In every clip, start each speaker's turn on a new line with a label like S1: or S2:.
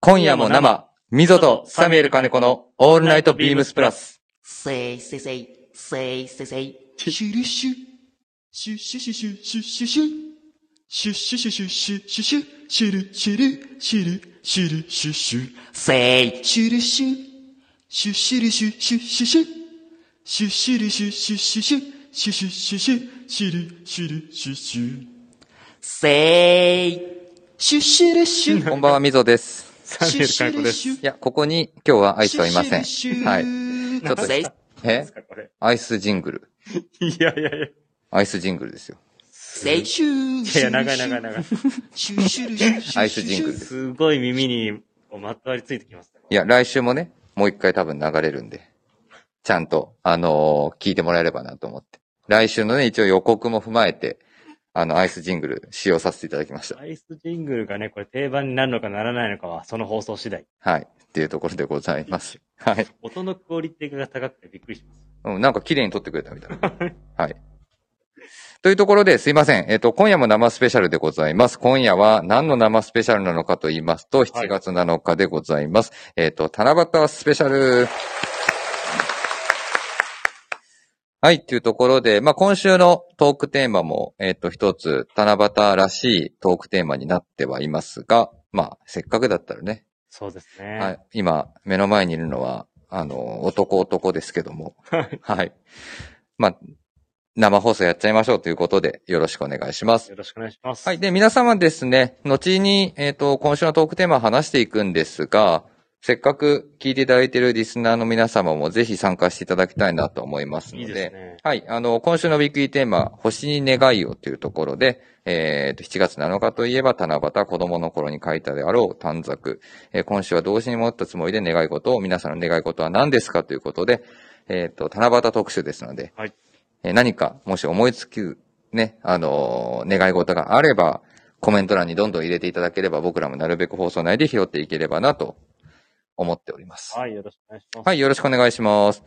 S1: 今夜も生、ミゾとサミュエル金子のオールナイトビームスプラス。
S2: Say, say, say, say, say, say.
S3: シュシュルシュ。シュシュシュシュシュシュシュ。シュシュシュシュシュシュシュ。シュルシュルシュルシュルシュシュ。
S2: Say,
S3: シュルシュ。シュシュルシュシュシュシュ。シュシュルシュシュシュシュ。シュシュシュシュ。シュルシュルシュシュ。
S2: say.
S3: シュシュルシュ。
S1: こんばんは、ミゾです。
S4: サミュエル金子です。
S1: いや、ここに今日はアイスはいません。
S3: シュシュルシュ
S1: はい。ちょっと、
S2: Say,
S1: え
S4: これ。
S1: アイスジングル。
S4: いやいやいや。
S1: アイスジングルですよ。
S2: say.
S3: シュ
S4: いや、長い長い長い。
S3: シュシュルシュシュ。
S1: アイスジングルです。
S4: すごい耳に、こうまとわりついてきますね。
S1: いや、来週もね、もう一回多分流れるんで、ちゃんと、あのー聞いてもらえればなと思って。来週のね、一応予告も踏まえて、あの、アイスジングル使用させていただきました。
S4: アイスジングルがね、これ定番になるのかならないのかは、その放送次第。
S1: はい。っていうところでございます。はい。
S4: 音のクオリティが高くてびっくりします。
S1: うん、なんか綺麗に撮ってくれたみたいな。 はい。というところで、すいません。えっ、と、今夜も生スペシャルでございます。今夜は何の生スペシャルなのかと言いますと、7月7日でございます。えっ、と、七夕スペシャル。はい、というところで、まあ、今週のトークテーマも、えっ、と、一つ、七夕らしいトークテーマになってはいますが、まあ、せっかくだったらね、
S4: そうですね。
S1: はい。今、目の前にいるのは、あの、男男ですけども。はい。まあ、生放送やっちゃいましょうということで、よろしくお願いします。
S4: よろしくお願いします。
S1: はい。で、皆様ですね、後に、えっ、と、今週のトークテーマを話していくんですが、せっかく聞いていただいているリスナーの皆様もぜひ参加していただきたいなと思いますの
S4: い
S1: で、
S4: いですね。
S1: はい。あの、今週のウィークリーテーマ、星に願いをというところで、えーと、7月7日といえば、七夕、子供の頃に書いたであろう短冊。えー今週は同時に持ったつもりで願い事を、皆さんの願い事は何ですかということで、えーと、七夕特集ですので、
S4: はい
S1: えー何か、もし思いつき、ね、あのー願い事があれば、コメント欄にどんどん入れていただければ、僕らもなるべく放送内で拾っていければなと思っております。
S4: はい、よろしくお願いします。
S1: はい、よろしくお願いします。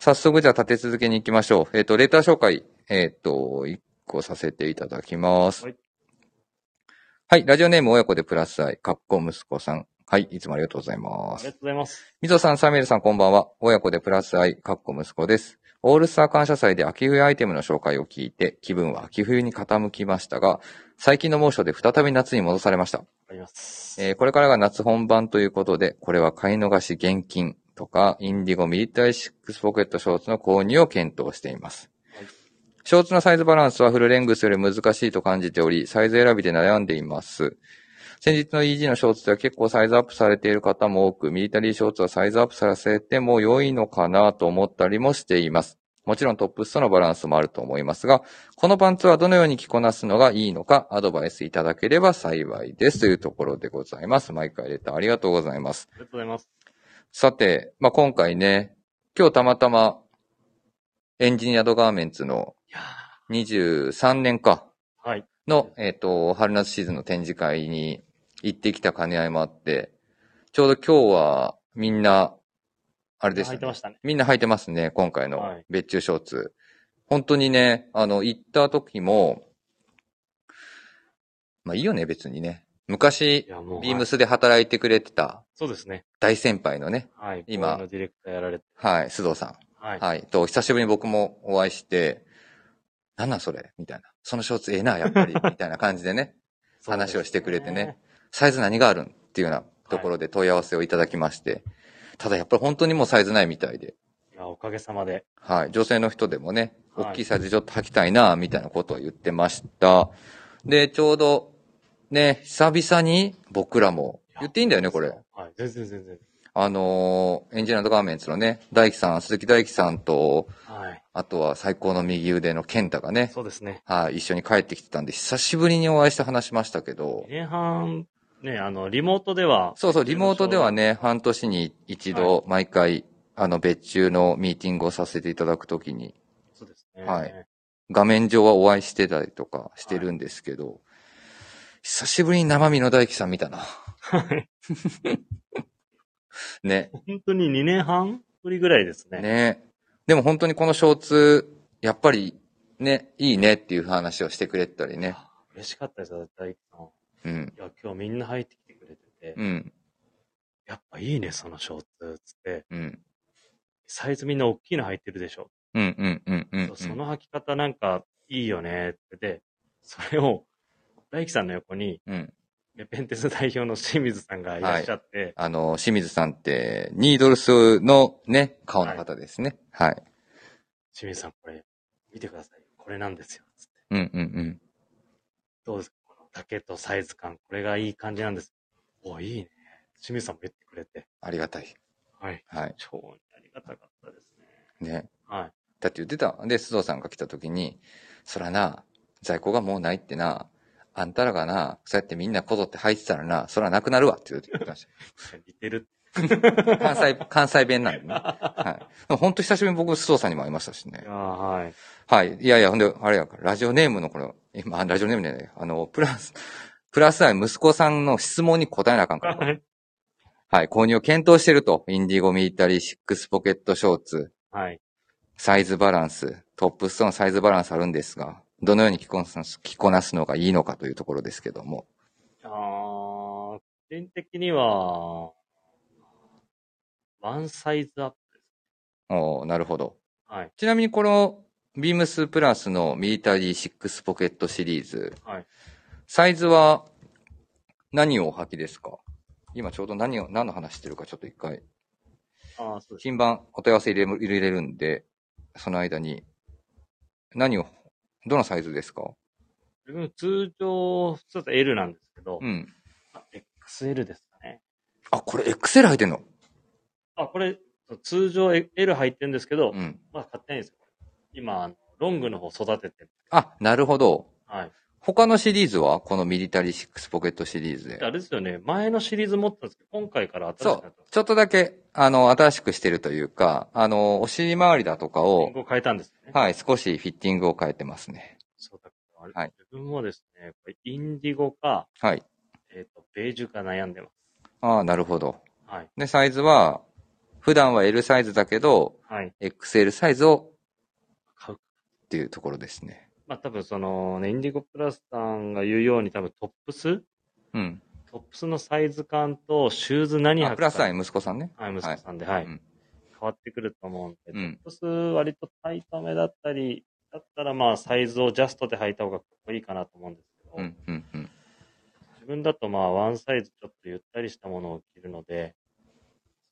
S1: 早速じゃあ立て続けに行きましょう。えっ、と、レター紹介、えっ、と、1個させていただきます。は
S4: はいい、
S1: ラジオネーム親子でプラス愛、かっこ息子さん。はい、いつもありがとうございま
S4: ありが
S1: す。
S4: とうございます。
S1: みぞさん、サミュエルさん、こんばんは。親子でプラス愛、かっこ息子です。オールスター感謝祭で秋冬アイテムの紹介を聞いて、気分は秋冬に傾きましたが、最近の猛暑で再び夏に戻されました。
S4: わかります。
S1: えーこれからが夏本番ということで、これは買い逃し現金とか、インディゴミリタリーシックスポケットショーツの購入を検討しています
S4: はい。
S1: ショーツのサイズバランスはフルレングスより難しいと感じており、サイズ選びで悩んでいます。先日の EG のショーツでは結構サイズアップされている方も多く、ミリタリーショーツはサイズアップさせても良いのかなと思ったりもしています。もちろんトップスとのバランスもあると思いますが、このパンツはどのように着こなすのがいいのか、アドバイスいただければ幸いです。というところでございます。毎回レターありがとうございます。
S4: ありがとうございます。
S1: さて、まあ、今回ね、今日たまたま、エンジニアドガーメンツの
S4: いや
S1: 23年か、
S4: ーはい。
S1: の、えっ、と、春夏シーズンの展示会に行ってきた兼ね合いもあって、ちょうど今日はみんな、あれです
S4: 入ってましたね。
S1: みんな履いてますね、今回の
S4: はい
S1: 別注ショーツ。本当にね、あの、行った時も、まあいいよね、別にね。昔
S4: い、や、もう。
S1: ビーム
S4: はい
S1: スで働いてくれてた
S4: そうですね。
S1: 大先輩のね、
S4: はい。
S1: 今
S4: 今。のディレクターやられて。
S1: はい、須藤さ
S4: はい
S1: ん。。はい、と、久しぶりに僕もお会いして、なんなんそれみたいな。そのショーツええな、やっ ぱり。みたいな感じでね。話をしてくれてね。サイズ何があるんっていうようなところで問い合わせをいただきまして。ただやっぱり本当にもうサイズないみたいで。
S4: いや、おかげさまで。
S1: はい。女性の人でもね、
S4: はい
S1: 大きいサイズちょっと履きたいな、みたいなことを言ってました。で、ちょうど、ね、久々に僕らも、言っていいんだよね、これ。。
S4: はい。全然全然。
S1: あのーエンジニアドガーメンツのね、大輝さん、鈴木大輝さんと、
S4: はい。
S1: あとは最高の右腕の健太がね、
S4: そうですね。
S1: はい、一緒に帰ってきてたんで、久しぶりにお会いして話しましたけど、
S4: 前半、ね、あの、リモートでは、
S1: そうそう、リモートではね、半年に一度、毎回、あの、別注のミーティングをさせていただくときに、
S4: そうですね。
S1: はい。画面上はお会いしてたりとかしてるんですけど、久しぶりに生身の大輝さん見たな。 ね、
S4: 本当に2年半ぶりぐらいですね。
S1: ね。でも本当にこのショーツ、やっぱり、ね、いいねっていう話をしてくれたりね。
S4: 嬉しかったです、大輝さん。
S1: うん。
S4: いや、今日みんな入ってきてくれてて、
S1: うん。
S4: やっぱいいね、そのショーツ、つって。
S1: うん。
S4: サイズみんな大きいの入ってるでしょ。
S1: うんうんうんうん、うん。
S4: そうその履き方なんかいいよね、ってで、それを、大輝さんの横に、
S1: うん。
S4: レペンテス代表の清水さんがいらっしゃって、
S1: あの、清水さんって、ニードルスのね、顔の方ですね。はい。
S4: 清水さんこれ、見てください。これなんですよ、つって。
S1: うんうんうん。
S4: どうですかこの丈とサイズ感、これがいい感じなんです。おいいね。清水さんも言ってくれて。
S1: ありがたい。
S4: はい。
S1: はい。
S4: 超ありがたかったですね。
S1: ね。
S4: はい。
S1: だって言ってた。で、須藤さんが来た時に、そらな、在庫がもうないってな、あんたらがな、そうやってみんなこぞって入ってたらな、そらなくなるわって言ってまし
S4: 似てる。
S1: た。関西、 関西弁なんでね。はい。ほんと久しぶりに僕、須藤さんにも会いましたしね
S4: い。やーはい。
S1: はい。いやいや、ほんで、あれやから、ラジオネームのこの、今、あラジオネームじゃない、あの、プラス、プラスアイ息子さんの質問に答えなあかんからこれ。はい。購入を検討してると。インディゴミリタリーシックスポケットショーツ、
S4: はい。
S1: サイズバランス、トップストーンサイズバランスあるんですが、どのように着こなす着こなすのがいいのかというところですけども。
S4: あー個人的には、ワンサイズアップです。
S1: おーなるほど。
S4: はい。
S1: ちなみにこの、ビームスプラスのミリタリーシックスポケットシリーズ、
S4: はい。
S1: サイズは何をお履きですか今ちょうど何を、何の話してるかちょっと一回
S4: ああ、そうです。
S1: 新版お問い合わせ入れる入れるんで、その間に、何を、どのサイズですか
S4: 自分通常、普通だと L なんですけど、
S1: うん。
S4: あ XL ですかね。
S1: あ、これ XL 入ってんの
S4: あ、これ、通常 L 入ってるんですけど、
S1: うん。
S4: まだ買ってないんですよ。今、あのロングの方育ててる。
S1: あ、なるほど。
S4: はい。
S1: 他のシリーズはこのミリタリーシックスポケットシリーズ
S4: であ
S1: で。
S4: れですよね、前のシリーズ持ってたんですけど、今回から新しく
S1: そ
S4: なったん
S1: う
S4: です。
S1: ちょっとだけ、あの、新しくしてるというか、あの、お尻周りだとか
S4: リン
S1: を
S4: ク、を変えたんですよね。
S1: はい、少しフィッティングを変えてますね。
S4: そうだからあれ、
S1: はい
S4: 自分もですね、これインディゴか、
S1: はい。
S4: えっ、と、ベージュか悩んでます。
S1: ああ、なるほど。
S4: はい。
S1: で、サイズは、普段は L サイズだけど、
S4: はい。
S1: XL サイズを
S4: 買う。
S1: っていうところですね。
S4: まあ多分その、ね、インディゴプラスさんが言うように多分トップス
S1: うん。
S4: トップスのサイズ感とシューズ何履く
S1: あ
S4: か。
S1: プラスア
S4: イ
S1: イ息子さんね。
S4: はい、息子さんで、はい。
S1: うん
S4: 変わってくると思うんで、
S1: うん。
S4: トップス割とタイトめだったり、だったらまあサイズをジャストで履いた方がかっこいいかなと思うんですけど、
S1: うん。うん。うん。
S4: 自分だとまあワンサイズちょっとゆったりしたものを着るので、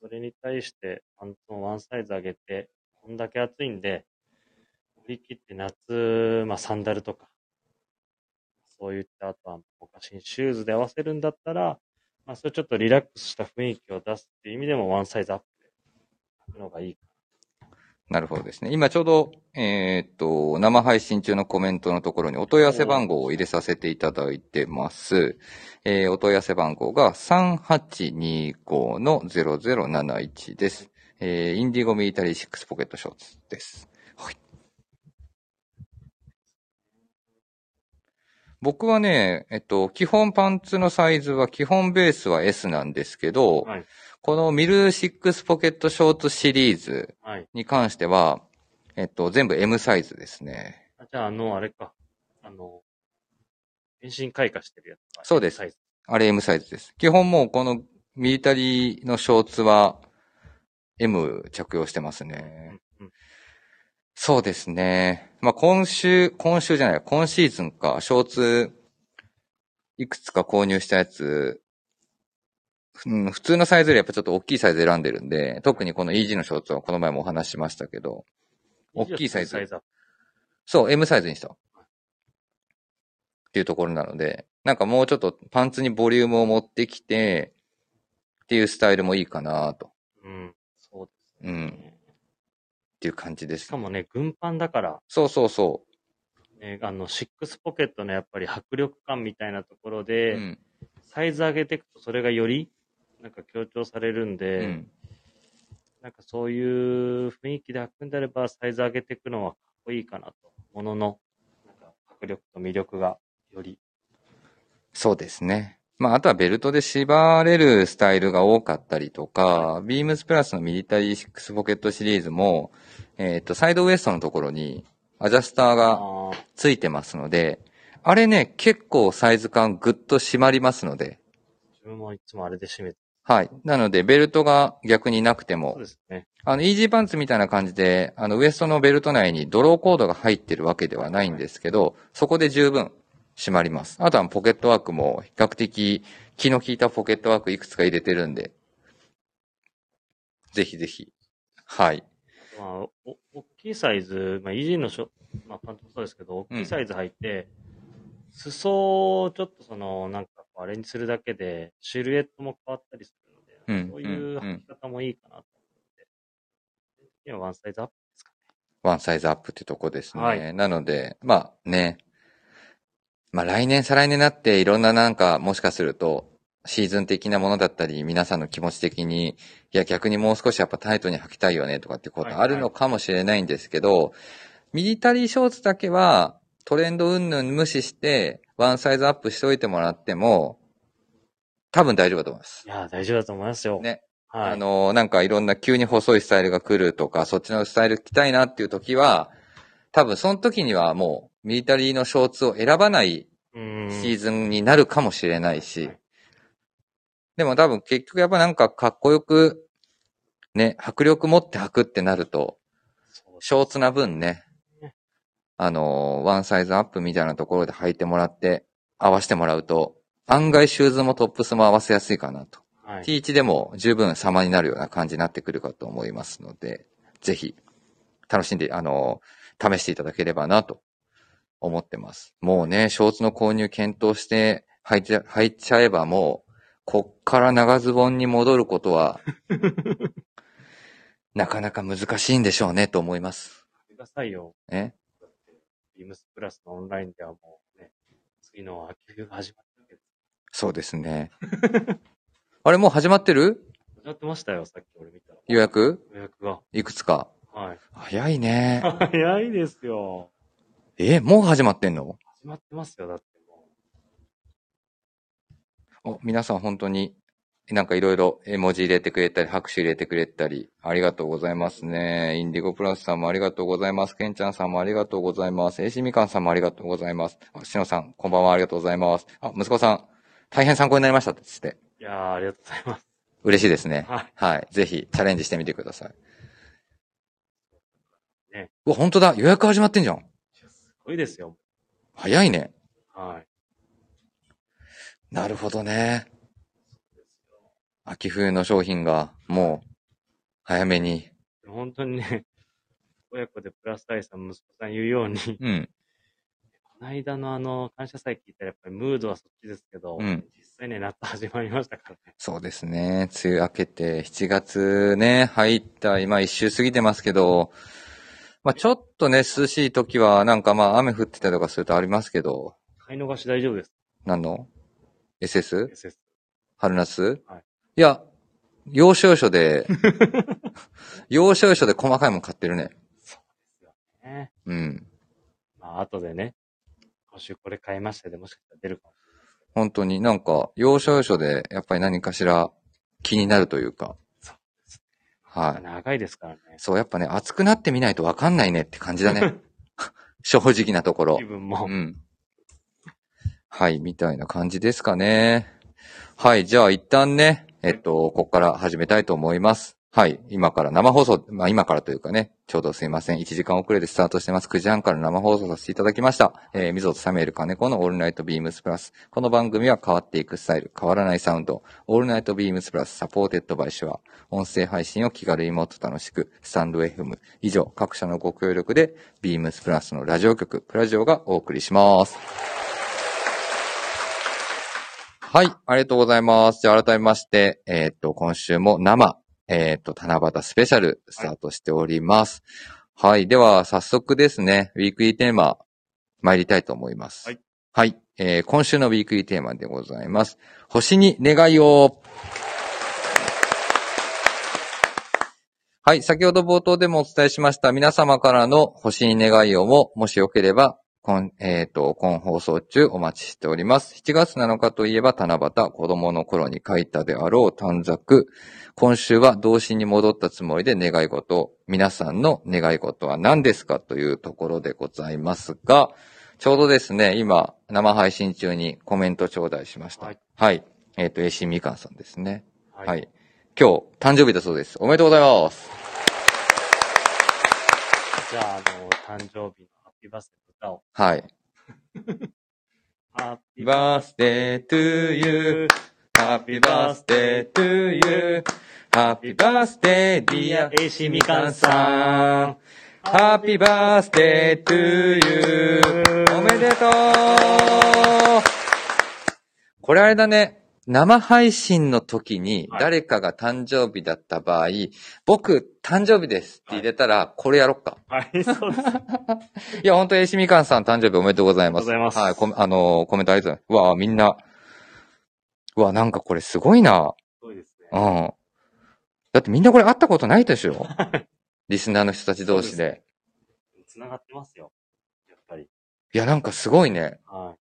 S4: それに対してパンツもワンサイズ上げて、こんだけ暑いんで、振り切って夏、まあサンダルとか、そういったあとは他新シューズで合わせるんだったら、まあそれちょっとリラックスした雰囲気を出すっていう意味でもワンサイズアップで履くのがいい。
S1: なるほどですね。今ちょうど、えーっと、生配信中のコメントのところにお問い合わせ番号を入れさせていただいてます。えー、お問い合わせ番号が3825-0071です。えー、インディゴミリタリーシックスポケットショーツです。はい。僕はね、えっと、基本パンツのサイズは、基本ベースは S なんですけど、
S4: はい。
S1: このミルシックスポケットショーツシリーズ、
S4: はい。
S1: に関しては、えっと、全部 M サイズですね。
S4: あじゃあ、あの、あれか。あの、変身開花してるやつか。
S1: そうです
S4: サイズ
S1: あれ M サイズです。基本もうこのミリタリーのショーツは M 着用してますね。
S4: うんうん
S1: そうですね。まあ、今週、今週じゃない、今シーズンか、ショーツ、いくつか購入したやつ、うん、普通のサイズよりやっぱちょっと大きいサイズ選んでるんで、特にこの EG のショーツはこの前もお話ししましたけど、大きいサイズ
S4: サイズアッ
S1: そう、M サイズにした。っていうところなので、なんかもうちょっとパンツにボリュームを持ってきて、っていうスタイルもいいかなと。っ
S4: プ。うん。そうです、
S1: ていう感じで
S4: し
S1: す
S4: か。もね、軍パンだから、
S1: そうそうそ
S4: ね、あの、シックスポケットのやっぱり迫力感みたいなところ
S1: う。
S4: で、
S1: うん。
S4: サイズ上げていくとそれがより、なんか強調されるん
S1: う
S4: で、
S1: ん。
S4: なんかそういう雰囲気で履くんであれば、サイズ上げていくのはかっこいいかなと。ものの、なんか迫力と魅力がより。
S1: そうですね。まあ、あとはベルトで縛れるスタイルが多かったりとか、ビームスプラスのミリタリーシックスポケットシリーズも、えっ、と、サイドウエストのところにアジャスターが
S4: あー
S1: ついてますので、あれね、結構サイズ感ぐっと締まりますので、
S4: 自分もいつもあれで締めて
S1: はい。なので、ベルトが逆になくて
S4: そう
S1: も
S4: で、すね。
S1: あの、イージーパンツみたいな感じで、あの、ウエストのベルト内にドローコードが入ってるわけではないんですけど、そこで十分締まります。あとはポケットワークも比較的気の利いたポケットワークいくつか入れてるんで、ぜひぜひ。はい。
S4: まあ、お大きいサイズ、まあ、イージーのショ、まあ、パンツもそうですけど、大きいサイズ履いて、裾をちょっとその、なんかこうアレンジするだけで、シルエットも変わったりするので、
S1: うん
S4: そういう履き方もいいかなと思って、今ワンサイズアップですか
S1: ワンサイズアップってとこですね。
S4: はい
S1: なので、まあね、まあ来年、再来年になっていろんななんかもしかするとシーズン的なものだったり、皆さんの気持ち的に、いや逆にもう少しやっぱタイトに履きたいよねとかってことあるのかもしれないんですけど、ミリタリーショーツだけはトレンド云々無視してワンサイズアップしておいてもらっても、多分大丈夫だと思います。
S4: いやー、大丈夫だと思いますよ。
S1: ね。
S4: はい。
S1: あの、なんかいろんな急に細いスタイルが来るとか、そっちのスタイル着たいなっていう時は、多分その時にはもうミリタリーのショーツを選ばない
S4: うん。
S1: シーズンになるかもしれないし、
S4: はい
S1: でも多分結局やっぱなんかかっこよく、ね、迫力持って履くってなると、
S4: そう
S1: ショーツな分ね、あの、ワンサイズアップみたいなところで履いてもらって、合わせてもらうと、案外シューズもトップスも合わせやすいかなと。
S4: はい。
S1: T1 でも十分様になるような感じになってくるかと思いますので、ぜひ、楽しんで、あの、試していただければなと思ってます。もうね、ショーツの購入検討して履いちゃ、履いちゃえばもう、こっから長ズボンに戻ることは、なかなか難しいんでしょうねと思います。
S4: くださいよ。
S1: ね。
S4: ビームスプラスのオンラインではもうね、次の秋冬が始まってるわけです。
S1: そうですね。あれもう始まってる
S4: 始まってましたよ、さっき俺見たら。
S1: 予約
S4: 予約が。
S1: いくつか。
S4: はい。
S1: 早いね。
S4: 早いですよ。
S1: え、もう始まってんの
S4: 始まってますよ、だっても
S1: お、皆さん本当に、なんかいろいろ絵文字入れてくれたり、拍手入れてくれたり、ありがとうございますね。インディゴプラスさんもありがとうございます。ケンちゃんさんもありがとうございます。エイシみかんさんもありがとうございます。あ、しのさん、こんばんはありがとうございます。あ、息子さん、大変参考になりましたって言って、
S4: う。いやー、ありがとうございます。
S1: 嬉しいですね。
S4: はい。
S1: はい。ぜひ、チャレンジしてみてください。
S4: ね
S1: うわ、本当だ。予約始まってんじゃん。
S4: すごいですよ。
S1: 早いね。
S4: はい。
S1: なるほどね。秋冬の商品が、もう、早めに。
S4: 本当にね、 親子でプラス大さん、息子さん言うように、 こ
S1: うん。
S4: の間のあの、感謝祭聞いたらやっぱりムードはそっちですけど、
S1: うん
S4: 実際ね、夏始まりましたからね。
S1: そうですね。梅雨明けて、7月ね、入った、今一周過ぎてますけど、まあちょっとね、涼しい時は、なんかまあ雨降ってたりとかするとありますけど、
S4: 買い逃し大丈夫です。
S1: 何の ?SS?
S4: SS。
S1: 春夏、
S4: はい
S1: い、や、要所要所で、 要所要所で細かいもん買ってるね。
S4: ね。
S1: うん。
S4: まあ、後でね、今週これ買いましたで、もしかしたら出るかも。
S1: 本当になんか、要所要所で、やっぱり何かしら気になるというか。
S4: そう
S1: はい。
S4: 長いですからね。
S1: そう、やっぱね、熱くなってみないとわかんないねって感じだね。正直なところ
S4: 気。分も。
S1: うん。はい、みたいな感じですかね。はい、じゃあ一旦ね、えっと、こっから始めたいと思います。はい、今から生放送、まあ今からというかね、ちょうどすいません、1時間遅れでスタートしてます。9時半から生放送させていただきました。えー、みぞとサメルカネコのオールナイトビームスプラス。この番組は変わっていくスタイル、変わらないサウンド、オールナイトビームスプラスサポーテッドバイシュア、音声配信を気軽にもっと楽しく、スタンド FM、以上、各社のご協力で、ビームスプラスのラジオ局、プラジオがお送りします。はい、ありがとうございます。じゃあ改めまして、えーっと、今週も生、えーっと、七夕スペシャルスタートしております。はい、では早速ですね、ウィークリーテーマ、参りたいと思います。
S4: はい。
S1: はい、えー今週のウィークリーテーマでございます。星に願いをはい、先ほど冒頭でもお伝えしました皆様からの星に願いをも、もしよければ、今、えっ、と、今放送中お待ちしております。7月7日といえば七夕、子供の頃に書いたであろう短冊。今週は童心に戻ったつもりで願い事を、皆さんの願い事は何ですかというところでございますが、ちょうどですね、今、生配信中にコメント頂戴しました。
S4: は
S1: はいい。えっ、と、えしみかんさんですね。はい。今日、誕生日だそうです。おめでとうございます。
S4: じゃあ、あの、誕生日のハッピーバースデーの歌を。
S1: はい。
S4: ハッ
S1: Happy
S4: ピーバー
S1: birthday to
S4: スデ
S1: you.
S4: ー
S1: Happy birthday to you. Happy birthday, dear
S4: えいしみかん
S1: さ
S4: さ
S1: ん。Happy birthday to you. おめでとうこれあれだね。生配信の時に
S4: はい
S1: 誰かが誕生日だった場合、僕、誕生日ですって入れたら、これやろっか。
S4: はい、そうです。
S1: いや、本当エイシみかんさん誕生日おめでとうございます。
S4: ありがとうございま
S1: は
S4: す
S1: い、コメあのーコメントありがとうございます。うわあ、みんな。うわあ、なんかこれすごいな。
S4: そうですね。
S1: うん。だってみんなこれ会ったことないで しょリスナーの人たち同士で。
S4: そうつながってますよ。やっぱり。
S1: いや、なんかすごいね。
S4: は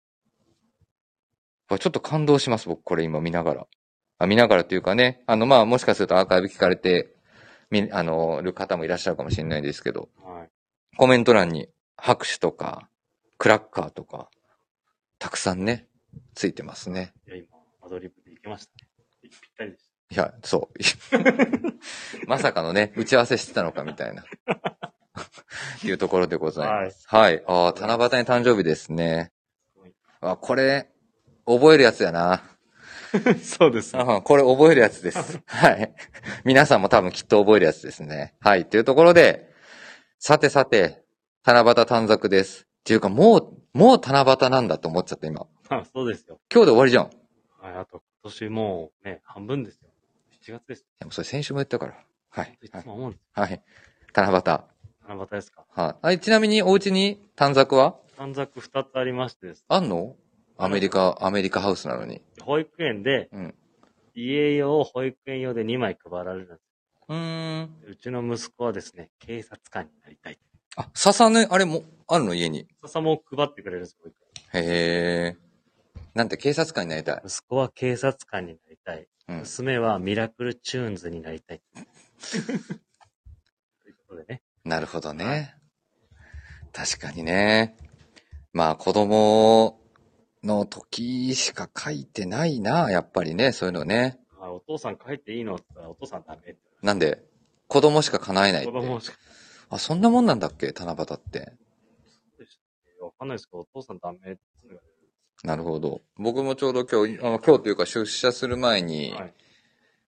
S1: うわちょっと感動します、僕、これ今見ながら。あ見ながらっていうかね、あの、まあ、もしかするとアーカイブ聞かれて、み、あのー、る方もいらっしゃるかもしれないですけど、
S4: い。はい。
S1: コメント欄に拍手とか、クラッカーとか、たくさんね、ついてますね。
S4: いや、今、アドリブでいけましたね。ぴったりでし
S1: いや、そう。 まさかのね、打ち合わせしてたのかみたいな。 いうところでございます。はい。ああ、七夕に誕生日ですね。あ、これ、覚えるやつやな。
S4: た。そうです
S1: うんこれ覚えるやつです。はい。皆さんも多分きっと覚えるやつですね。はい。というところで、さてさて、七夕短冊です。っていうか、もう、もう七夕なんだと思っちゃった、今。
S4: あそうですよ。
S1: 今日で終わりじゃん。い
S4: はい、あと、今年もうね、半分ですよ。7月です。
S1: やもうそれ先週も言ったから。はい。
S4: い
S1: は
S4: つ
S1: い。
S4: も思うんです。
S1: はい、七夕。
S4: 七夕ですか。
S1: はい。あれちなみに、お家に短冊は
S4: 短冊2つありましてです。
S1: あんのアメリカ、アメリカハウスなのに。
S4: 保育園で、
S1: うん。
S4: 家用、保育園用で2枚配られるんです。
S1: うーん。
S4: うちの息子はですね、警察官になりたい。
S1: あ、笹ね、あれも、あるの家に。
S4: 笹も配ってくれるんです、保育
S1: へえ。なんて警察官になりたい
S4: 園。息子は警察官になりたい。
S1: うん。
S4: 娘はミラクルチューンズになりたい。ということでね。
S1: なるほどね。確かにね。まあ、子供の時しか書いてないな、やっぱりね、そういうのね。
S4: あお父さん帰っていいのって言ったら、お父さんダメって
S1: なんで、子供しか叶えないっ
S4: 子
S1: て。
S4: 供しか
S1: あ、そんなもんなんだっけ七夕って。
S4: わかんないですけど、お父さんダメって言わ
S1: なるほど。僕もちょうど今日、あの今日というか出社する前
S4: れ
S1: に、
S4: る。はい。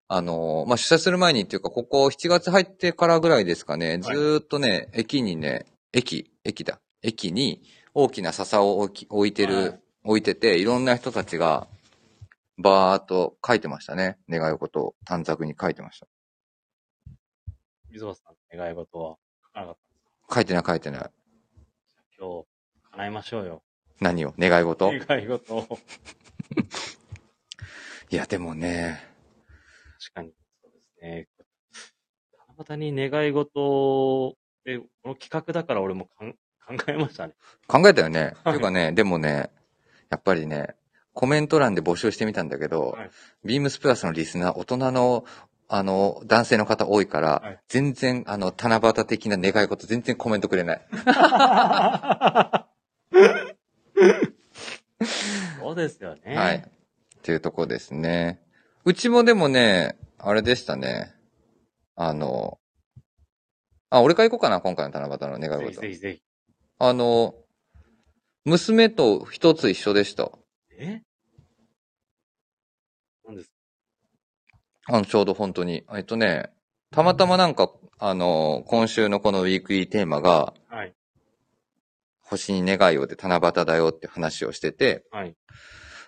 S1: あの、まあ、出社する前にっていうか、ここ7月入ってからぐらいですかね、ずーっとね、駅にね、駅、駅だ、駅に大きな笹を置き置いてる、
S4: はい
S1: 置いてて、いろんな人たちが、バーっと書いてましたね。願い事を短冊に書いてました。
S4: 水橋さんの願い事は書かなかったんです
S1: 書いてない書いてない。
S4: けど、今日、叶えましょうよ。
S1: 何を願い事
S4: 願い事を。確
S1: いや、でもね、
S4: かに、そうですね。七夕に願い事で、この企画だから俺もかん考えましたね。
S1: 考えたよね。
S4: はい
S1: っていうかね、でもね、やっぱりね、コメント欄で募集してみたんだけど、
S4: はい
S1: ビームスプラスのリスナー、大人の、あの、男性の方多いから、
S4: はい
S1: 全然、あの、七夕的な願い事、全然コメントくれない。
S4: そうですよね。
S1: はい。っていうとこですね。うちもでもね、あれでしたね。あの、あ、俺から行こうかな、今回の七夕の願い
S4: ぜひ
S1: 事
S4: ぜ。ひぜひ。
S1: あの、娘と一つ一緒でした。
S4: え何です
S1: あの、ちょうど本当に。えっとね、たまたまなんか、あの、今週のこのウィークリーテーマが、
S4: かはい。
S1: 星に願いをで七夕だよって話をしてて、
S4: はい。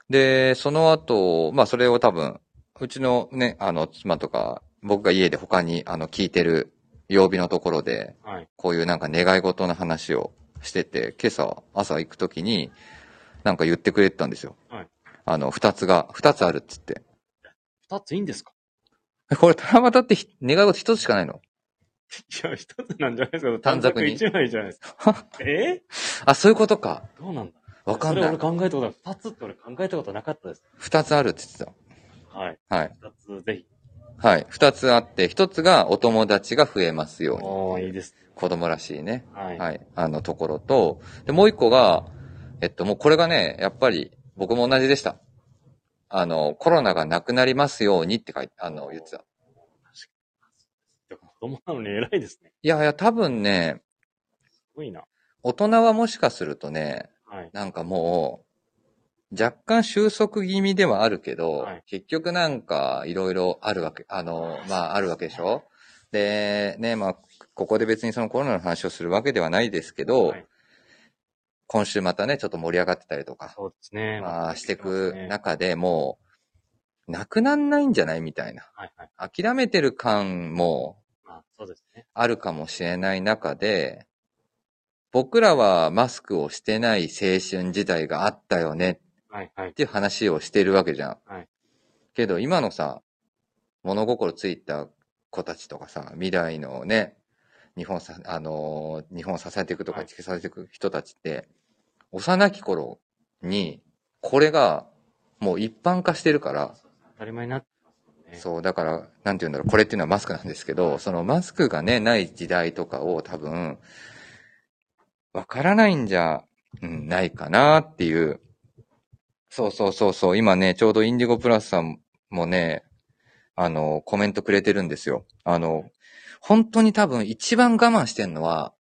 S1: で、その後、まあそれを多分、うちのね、あの、妻とか、僕が家で他に、あの、聞いてる曜日のところで、
S4: はい。
S1: こういうなんか願い事の話をしてて、今朝、朝行くときに、なんか言ってくれてたんですよ。
S4: はい
S1: あの、二つが、二つあるっつって。
S4: 二ついいんですか
S1: えこれ、七夕ってひ願い事一つしかないの
S4: いや、一つなんじゃないですか。
S1: 短
S4: 短
S1: 冊
S4: 冊
S1: に
S4: 一枚じゃないです か。え
S1: あ、そういうことか。
S4: どうなんだ
S1: わかんな
S4: それ
S1: い
S4: 俺。考えたことない。二つって俺考えたことなかったです。
S1: 二つあるって言って
S4: はい。
S1: た。はい。
S4: 二つぜひ。
S1: はい。二つあって、一つがお友達が増えますように。
S4: おー、いいです。
S1: 子供らしいね。
S4: はい。
S1: はい。あのところと、で、もう一個が、えっと、もうこれがね、やっぱり僕も同じでした。あの、コロナがなくなりますようにって書いて、あの、言ってた。
S4: でも子供なのに偉いですね。
S1: いやいや、多分ね、
S4: すごいな。
S1: 大人はもしかするとね、
S4: はい。
S1: なんかもう、若干収束気味ではあるけど、
S4: はい
S1: 結局なんかいろいろあるわけ、あの、まああるわけでしょで、ね、まあ、ここで別にそのコロナの話をするわけではないですけど、
S4: はい
S1: 今週またね、ちょっと盛り上がってたりとか、
S4: そうですね。
S1: まあしてく
S4: ね
S1: 中でもう、なくなんないんじゃないみたいな。
S4: はいはい。
S1: 諦めてる感も
S4: まあそうですね。
S1: あるかもしれない中で、僕らはマスクをしてない青春自体があったよね
S4: はいはい
S1: っ。ていう話をしてるわけじゃん。
S4: はい
S1: けど今のさ、物心ついた子たちとかさ、未来のね、日本さ、あのー日本を支えていくとか、
S4: はい
S1: 地球を支えていく人たちって、幼き頃に、これがもう一般化してるから、
S4: 当たり前になってますよね。
S1: そう、だから、なんて言うんだろう、これっていうのはマスクなんですけど、そのマスクがね、ない時代とかを多分、わからないんじゃ、うん、ないかなっていう。そうそうそうそう、今ね、ちょうどインディゴプラスさんもね、あの、コメントくれてるんですよ。あの、本当に多分一番我慢してんのは、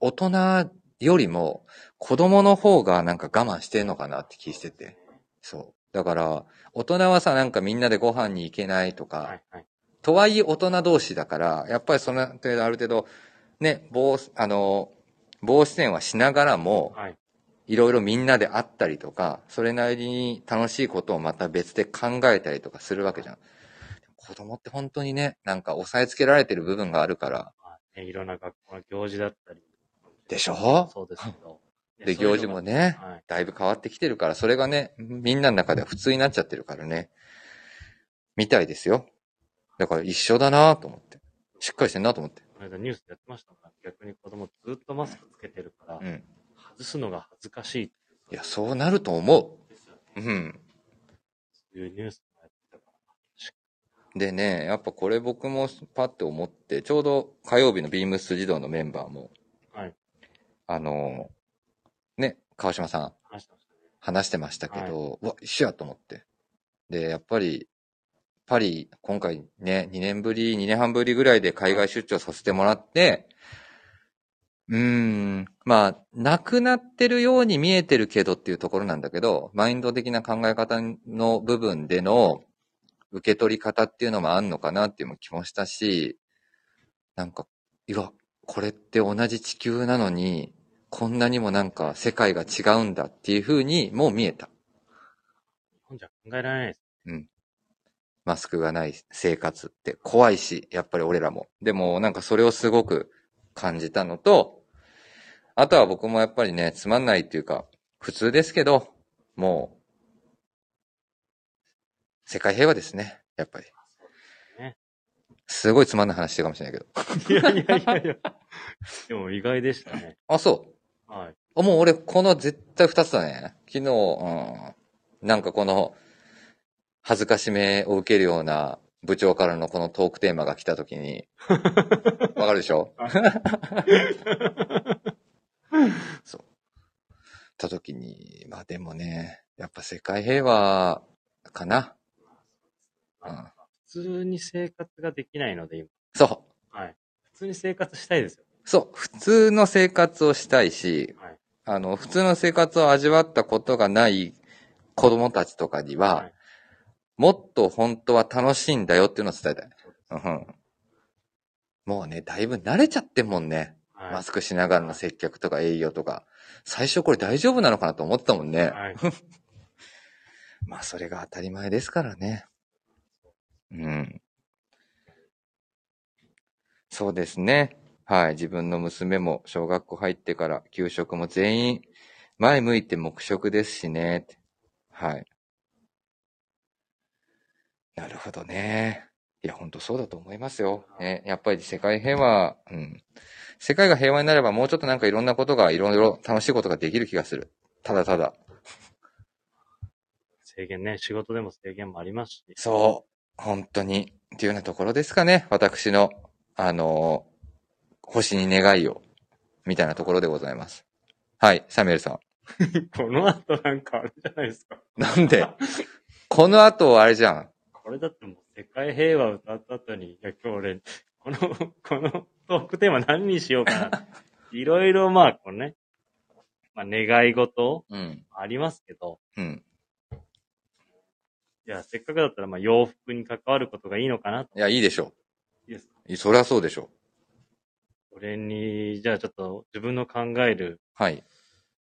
S1: 大人よりも子供の方がなんか我慢してんのかなって気してて。そう。だから、大人はさ、なんかみんなでご飯に行けないとか、
S4: はいはい。
S1: とはいえ大人同士だから、やっぱりその程度ある程度、ね、防、あの、防止線はしながらも、
S4: はい。
S1: いろいろみんなで会ったりとか、それなりに楽しいことをまた別で考えたりとかするわけじゃん。子供って本当にね、なんか押さえつけられてる部分があるから、
S4: まあね、いろんな学校の行事だったり。
S1: でしょ
S4: そうですけど。
S1: で、行事も
S4: ね
S1: ね、
S4: そういうのが。はい。
S1: だいぶ変わってきてるから、それがね、みんなの中では普通になっちゃってるからね、みたいですよ。だから一緒だなと思って。しっかりしてんなと思って。
S4: この間ニュースでやってましたから、逆に子供ずっとマスクつけてるから、
S1: うん。
S4: 外すのが恥ずかしいって
S1: いや、そうなると思う。うん。
S4: いうニュースもやってたから。
S1: でね、やっぱこれ僕もパッて思って、ちょうど火曜日のビームス児童のメンバーも、
S4: はい
S1: あの、ね、川島さん
S4: 話してましたね。
S1: 話してましたけど、うわ、一緒やと思って。で、やっぱり、パリ、今回ね、2年ぶり、2年半ぶりぐらいで海外出張させてもらって、うーん、まあ、なくなってるように見えてるけどっていうところなんだけど、マインド的な考え方の部分での受け取り方っていうのもあんのかなっていう気もしたし、なんか、いや、これって同じ地球なのに、こんなにもなんか世界が違うんだっていう風にもう見えた。
S4: 日本じゃ考えられない です。
S1: マスクがない生活って怖いし、やっぱり俺らも。でもなんかそれをすごく感じたのと、あとは僕もやっぱりね、つまんないっていうか、普通ですけど、もう、世界平和ですね、やっぱり
S4: ね。
S1: すごいつまんない話してるかもしれないけど。
S4: いやいやいやいや。でも意外でしたね。
S1: あ、そう。
S4: はい。
S1: あ、もう俺、この絶対二つだね。昨日、うん、なんかこの、恥ずかしめを受けるような部長からのこのトークテーマが来た時に、わかるでしょ そう。た時に、まあでもね、やっぱ世界平和かな。うん、
S4: 普通に生活ができないので、今。
S1: そ
S4: はい。普通に生活したいですよ。
S1: う。そう。普通の生活をしたいし、
S4: はい。
S1: あの、普通の生活を味わったことがない子供たちとかには、
S4: はい。
S1: もっと本当は楽しいんだよっていうのを伝えたい。うん、もうね、だいぶ慣れちゃってんもんね。
S4: はい
S1: マスクしながらの接客とか営業とか。最初これ大丈夫なのかなと思ってたもんね。
S4: はい。
S1: まあそれが当たり前ですからね。うん。そうですね。はい。自分の娘も小学校入ってから給食も全員前向いて黙食ですしね。はい。なるほどね。いや、ほんとそうだと思いますよ。ね、やっぱり世界平和、うん。世界が平和になればもうちょっとなんかいろんなことがいろいろ楽しいことができる気がする。ただただ。
S4: 制限ね、仕事でも制限もありますし。
S1: そう。本当に。っていうようなところですかね。私の、あのー星に願いを、みたいなところでございます。はい、サミュエルさん。
S4: この後なんかあれじゃないですか。
S1: なんでこの後、あれじゃん。
S4: これだってもう世界平和歌った後に、いや今日俺、この、 このトークテーマ何にしようかな。 いろいろまあ、このね、まあ願い事
S1: うん。
S4: ありますけど、
S1: うん。
S4: いや、せっかくだったらまあ洋服に関わることがいいのかな。い
S1: いや、いいでしょ
S4: いですか
S1: う。そりゃそうでしょ
S4: それに、じゃあちょっと自分の考える
S1: う。はい。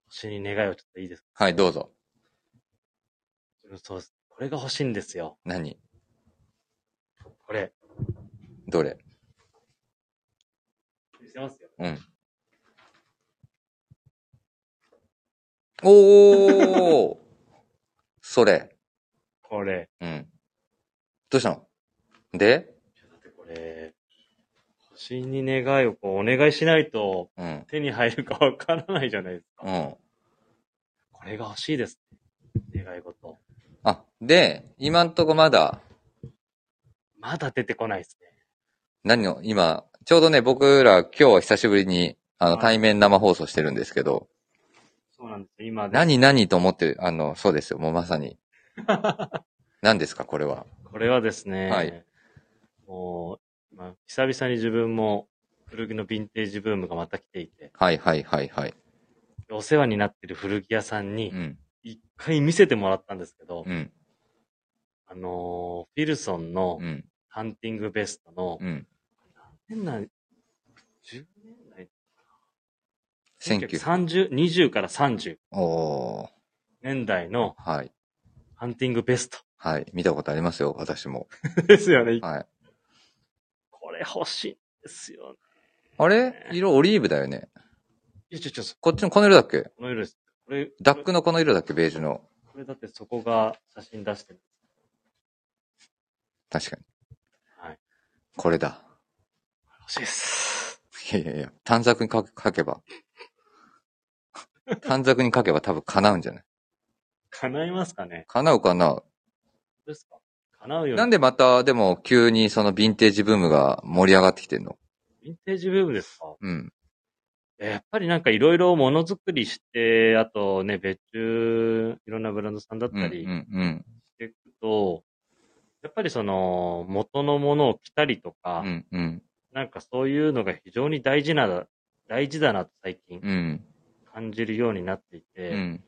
S4: 星に願いをちょっといいですか
S1: はい、どうぞ。
S4: 自分そうです。これが欲しいんですよ。
S1: 何
S4: これ。
S1: どれ
S4: 見せますよ。
S1: うん。おー それ。
S4: これ。
S1: うん。どうしたので
S4: だってこれ、星に願いをこうお願いしないと
S1: うん。
S4: 手に入るかわからないじゃないですか。
S1: うん。
S4: これが欲しいです。願い事。
S1: あ、で、今んとこまだ、
S4: まだ出てこないですね。
S1: 何の、今、ちょうどね、僕ら今日は久しぶりに、あの、
S4: はい
S1: 対面生放送してるんですけど、
S4: そうなんです。今ね、
S1: 何何と思って、あの、そうですよ、もうまさ に。何ですか、これは。
S4: これはですね、
S1: はい
S4: もう、まあ、久々に自分も古着のヴィンテージブームがまた来ていて、
S1: はいはいはいはい。
S4: お世話になってる古着屋さんに
S1: うん、
S4: 一回見せてもらったんですけど、
S1: うん、
S4: あのーフィルソンの
S1: うん、
S4: ハンティングベストの、
S1: うん。
S4: 変な、10年代
S1: 選挙。
S4: 30 20から30
S1: おー、
S4: 年代の
S1: はい、
S4: ハンティングベスト。
S1: はい。見たことありますよ、私も。
S4: ですよね。
S1: はい。
S4: これ欲しいんですよね。
S1: あれ色オリーブだよね。
S4: いや、ちょ、ちょ、
S1: こっちのこの色だっけ
S4: この色です。これ、
S1: ダックのこの色だっけベージュの。
S4: これだってそこが写真出してる。
S1: 確かに。
S4: はい。
S1: これだ。
S4: 欲しいです。
S1: いやいやいや、短冊に書け書けば。短冊に書けば多分叶うんじゃない
S4: 叶いますかね
S1: 叶うかな
S4: どうですか叶うように。
S1: なんでまた、でも急にそのヴィンテージブームが盛り上がってきてんの
S4: ヴィンテージブームですか
S1: うん。
S4: やっぱりなんかいろいろものづくりして、あとね、別注、いろんなブランドさんだっ
S1: うん、う
S4: たり
S1: ん、うん。
S4: していくと、やっぱりその、元のものを着たりとか、
S1: うん、うん、
S4: なんかそういうのが非常に大事な、大事だなと最近
S1: うん、
S4: 感じるようになっていて、
S1: うん、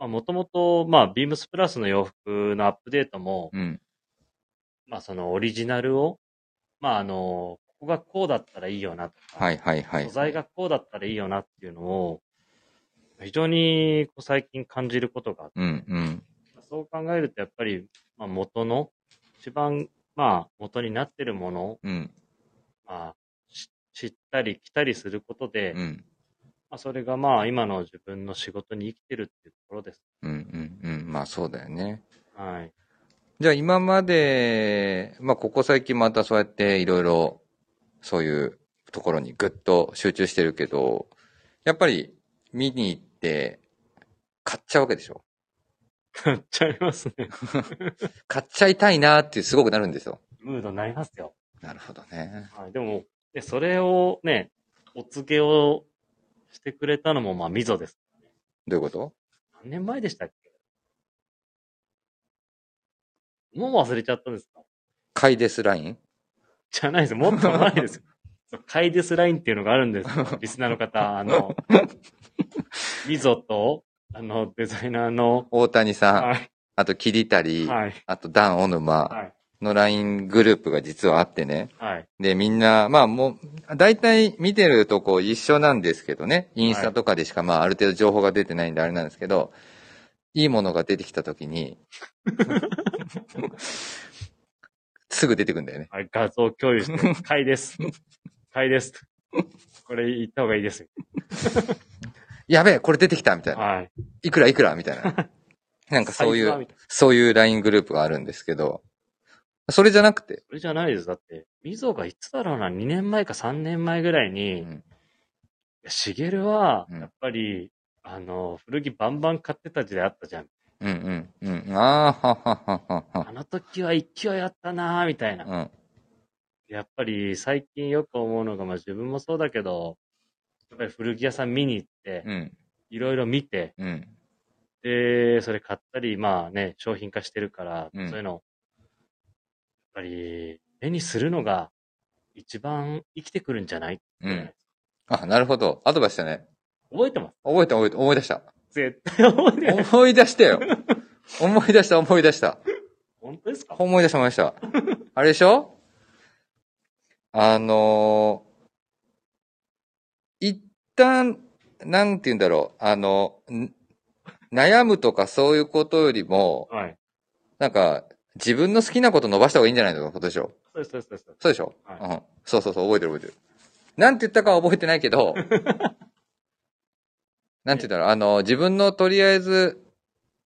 S4: まあもともと、まあビームスプラスの洋服のアップデートも、
S1: うん、
S4: まあそのオリジナルを、まああの、ここがこうだったらいいよなとか、
S1: はい、はい、はい。
S4: 素材がこうだったらいいよなっていうのを、非常にこう最近感じることがあって、
S1: うん、うん、
S4: そう考えるとやっぱり、まあ元の、一番、まあ元になってるものを、
S1: うん、
S4: まあ、し知ったり着たりすることで、
S1: うん、
S4: まあ、それがまあ今の自分の仕事に生きてるっていうところです。
S1: うん、うん、うん。まあそうだよね。
S4: はい。
S1: じゃあ今まで、まあここ最近またそうやっていろいろそういうところにぐっと集中してるけど、やっぱり見に行って買っちゃうわけでしょ
S4: 買っちゃいます ね。
S1: 買っちゃいたいなーってすごくなるんですよ。
S4: ムードになりますよ。
S1: なるほどね。
S4: はい、でも、ね、それをね、お告げをしてくれたのもまあ溝です。
S1: どういうこと
S4: 何年前でしたっけもう忘れちゃったんですか
S1: 買いですライン
S4: じゃないです。もっと 前ですよ。そうカイデスラインっていうのがあるんですよ。リスナーの方、あの、ミゾと、あの、デザイナーの、
S1: 大谷さん、
S4: は
S1: あと桐
S4: い、
S1: 谷、
S4: はい、
S1: あとダン・オヌマ
S4: はい、
S1: のライングループが実はあってね。
S4: はい、
S1: で、みんな、まあもう、大体見てるとこ一緒なんですけどね。インスタとかでしか、まあある程度情報が出てないんであれなんですけど、いいものが出てきたときに、すぐ出てくんだよね。
S4: はい、画像共有 して、カイです。カイです。これ言った方がいいです。
S1: やべえ、これ出てきたみたいな。
S4: はい。
S1: いくらいくらみたい な。なんかそうい
S4: サイズはみ
S1: う、
S4: たいな
S1: そういう LINE グループがあるんですけど、それじゃなくて、
S4: それじゃないです。だって、ミゾがいつだろうな、2年前か3年前ぐらいに、
S1: うん
S4: いやシゲルは、
S1: うん
S4: やっぱり、あの、古着バンバン買ってた時代あったじゃん。
S1: うんうんうん、ああ、ははははは
S4: あの時は勢いあったなぁ、みたいな。
S1: は。
S4: やっぱり、最近よく思うのが、まあ自分もそうだけど、やっぱり古着屋さん見に行って
S1: う、ん、うん、
S4: いろいろ見て、
S1: うん、
S4: で、それ買ったり、まあね、商品化してるから、
S1: うん
S4: そういうの、やっぱり、目にするのが一番生きてくるんじゃない、
S1: うん。あ、なるほど。アドバイスだね。
S4: 覚えてます
S1: 覚えた覚えた、思い出した。
S4: 絶対覚えてない。
S1: 思い出したよ。思い出した、思い出した。
S4: 本当ですか
S1: 思い出した、思い出した。あれでしょあのー一旦、なんて言うんだろう。あの、ん悩むとかそういうことよりも、
S4: はい。
S1: なんか、自分の好きなこと伸ばした方がいいんじゃないのことでしょ
S4: そうです、そうです、そうです。
S1: そうでしょ、
S4: はい
S1: うん。そうそうそう、覚えてる覚えてる。なんて言ったかは覚えてないけ ど、なんて言ったら、あの、自分のとりあえず、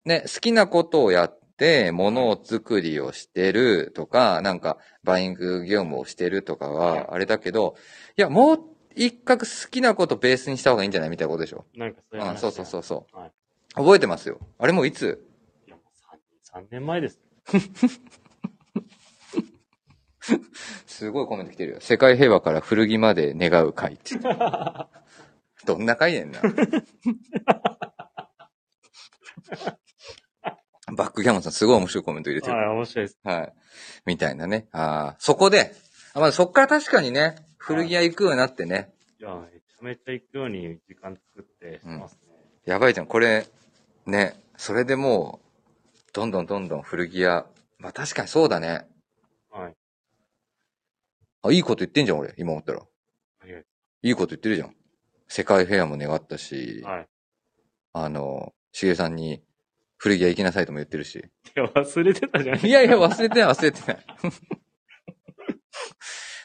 S1: ね、好きなことをやって、もの作りをしてるとか、なんか、バイング業務をしてるとか
S4: はい
S1: は、あれだけど、いや、もう一角好きなことベースにした方がいいんじゃないみたいなことでしょ
S4: なんかそういう
S1: うん、
S4: 話。
S1: そうそうそうそう。
S4: はい
S1: 覚えてますよ。あれもういつ
S4: いや、もう 3, 3年前です。
S1: すごいコメント来てるよ。世界平和から古着まで願う会 って。どんな会やねんな。バックギャモンさんすごい面白いコメント入れてる。
S4: はい、面白いです。
S1: はい。みたいなね。ああ、そこで、あまあ、そっから確かにね、古着屋行くようになってね。
S4: いや、めちゃめちゃ行くように時間作ってしてますね。
S1: やばいじゃん、これ、ね、それでもう、どんどんどんどん古着屋。まあ確かにそうだね。
S4: はい。
S1: あ、いいこと言ってんじゃん、俺。今思ったら。
S4: ありがと
S1: いいこと言ってるじゃん。世界平和も願ったし
S4: う。、はい。
S1: あの、しげさんに、古着屋行きなさいとも言ってるし。
S4: いや、忘れてたじゃない
S1: いやいや、忘れてない、忘れてない。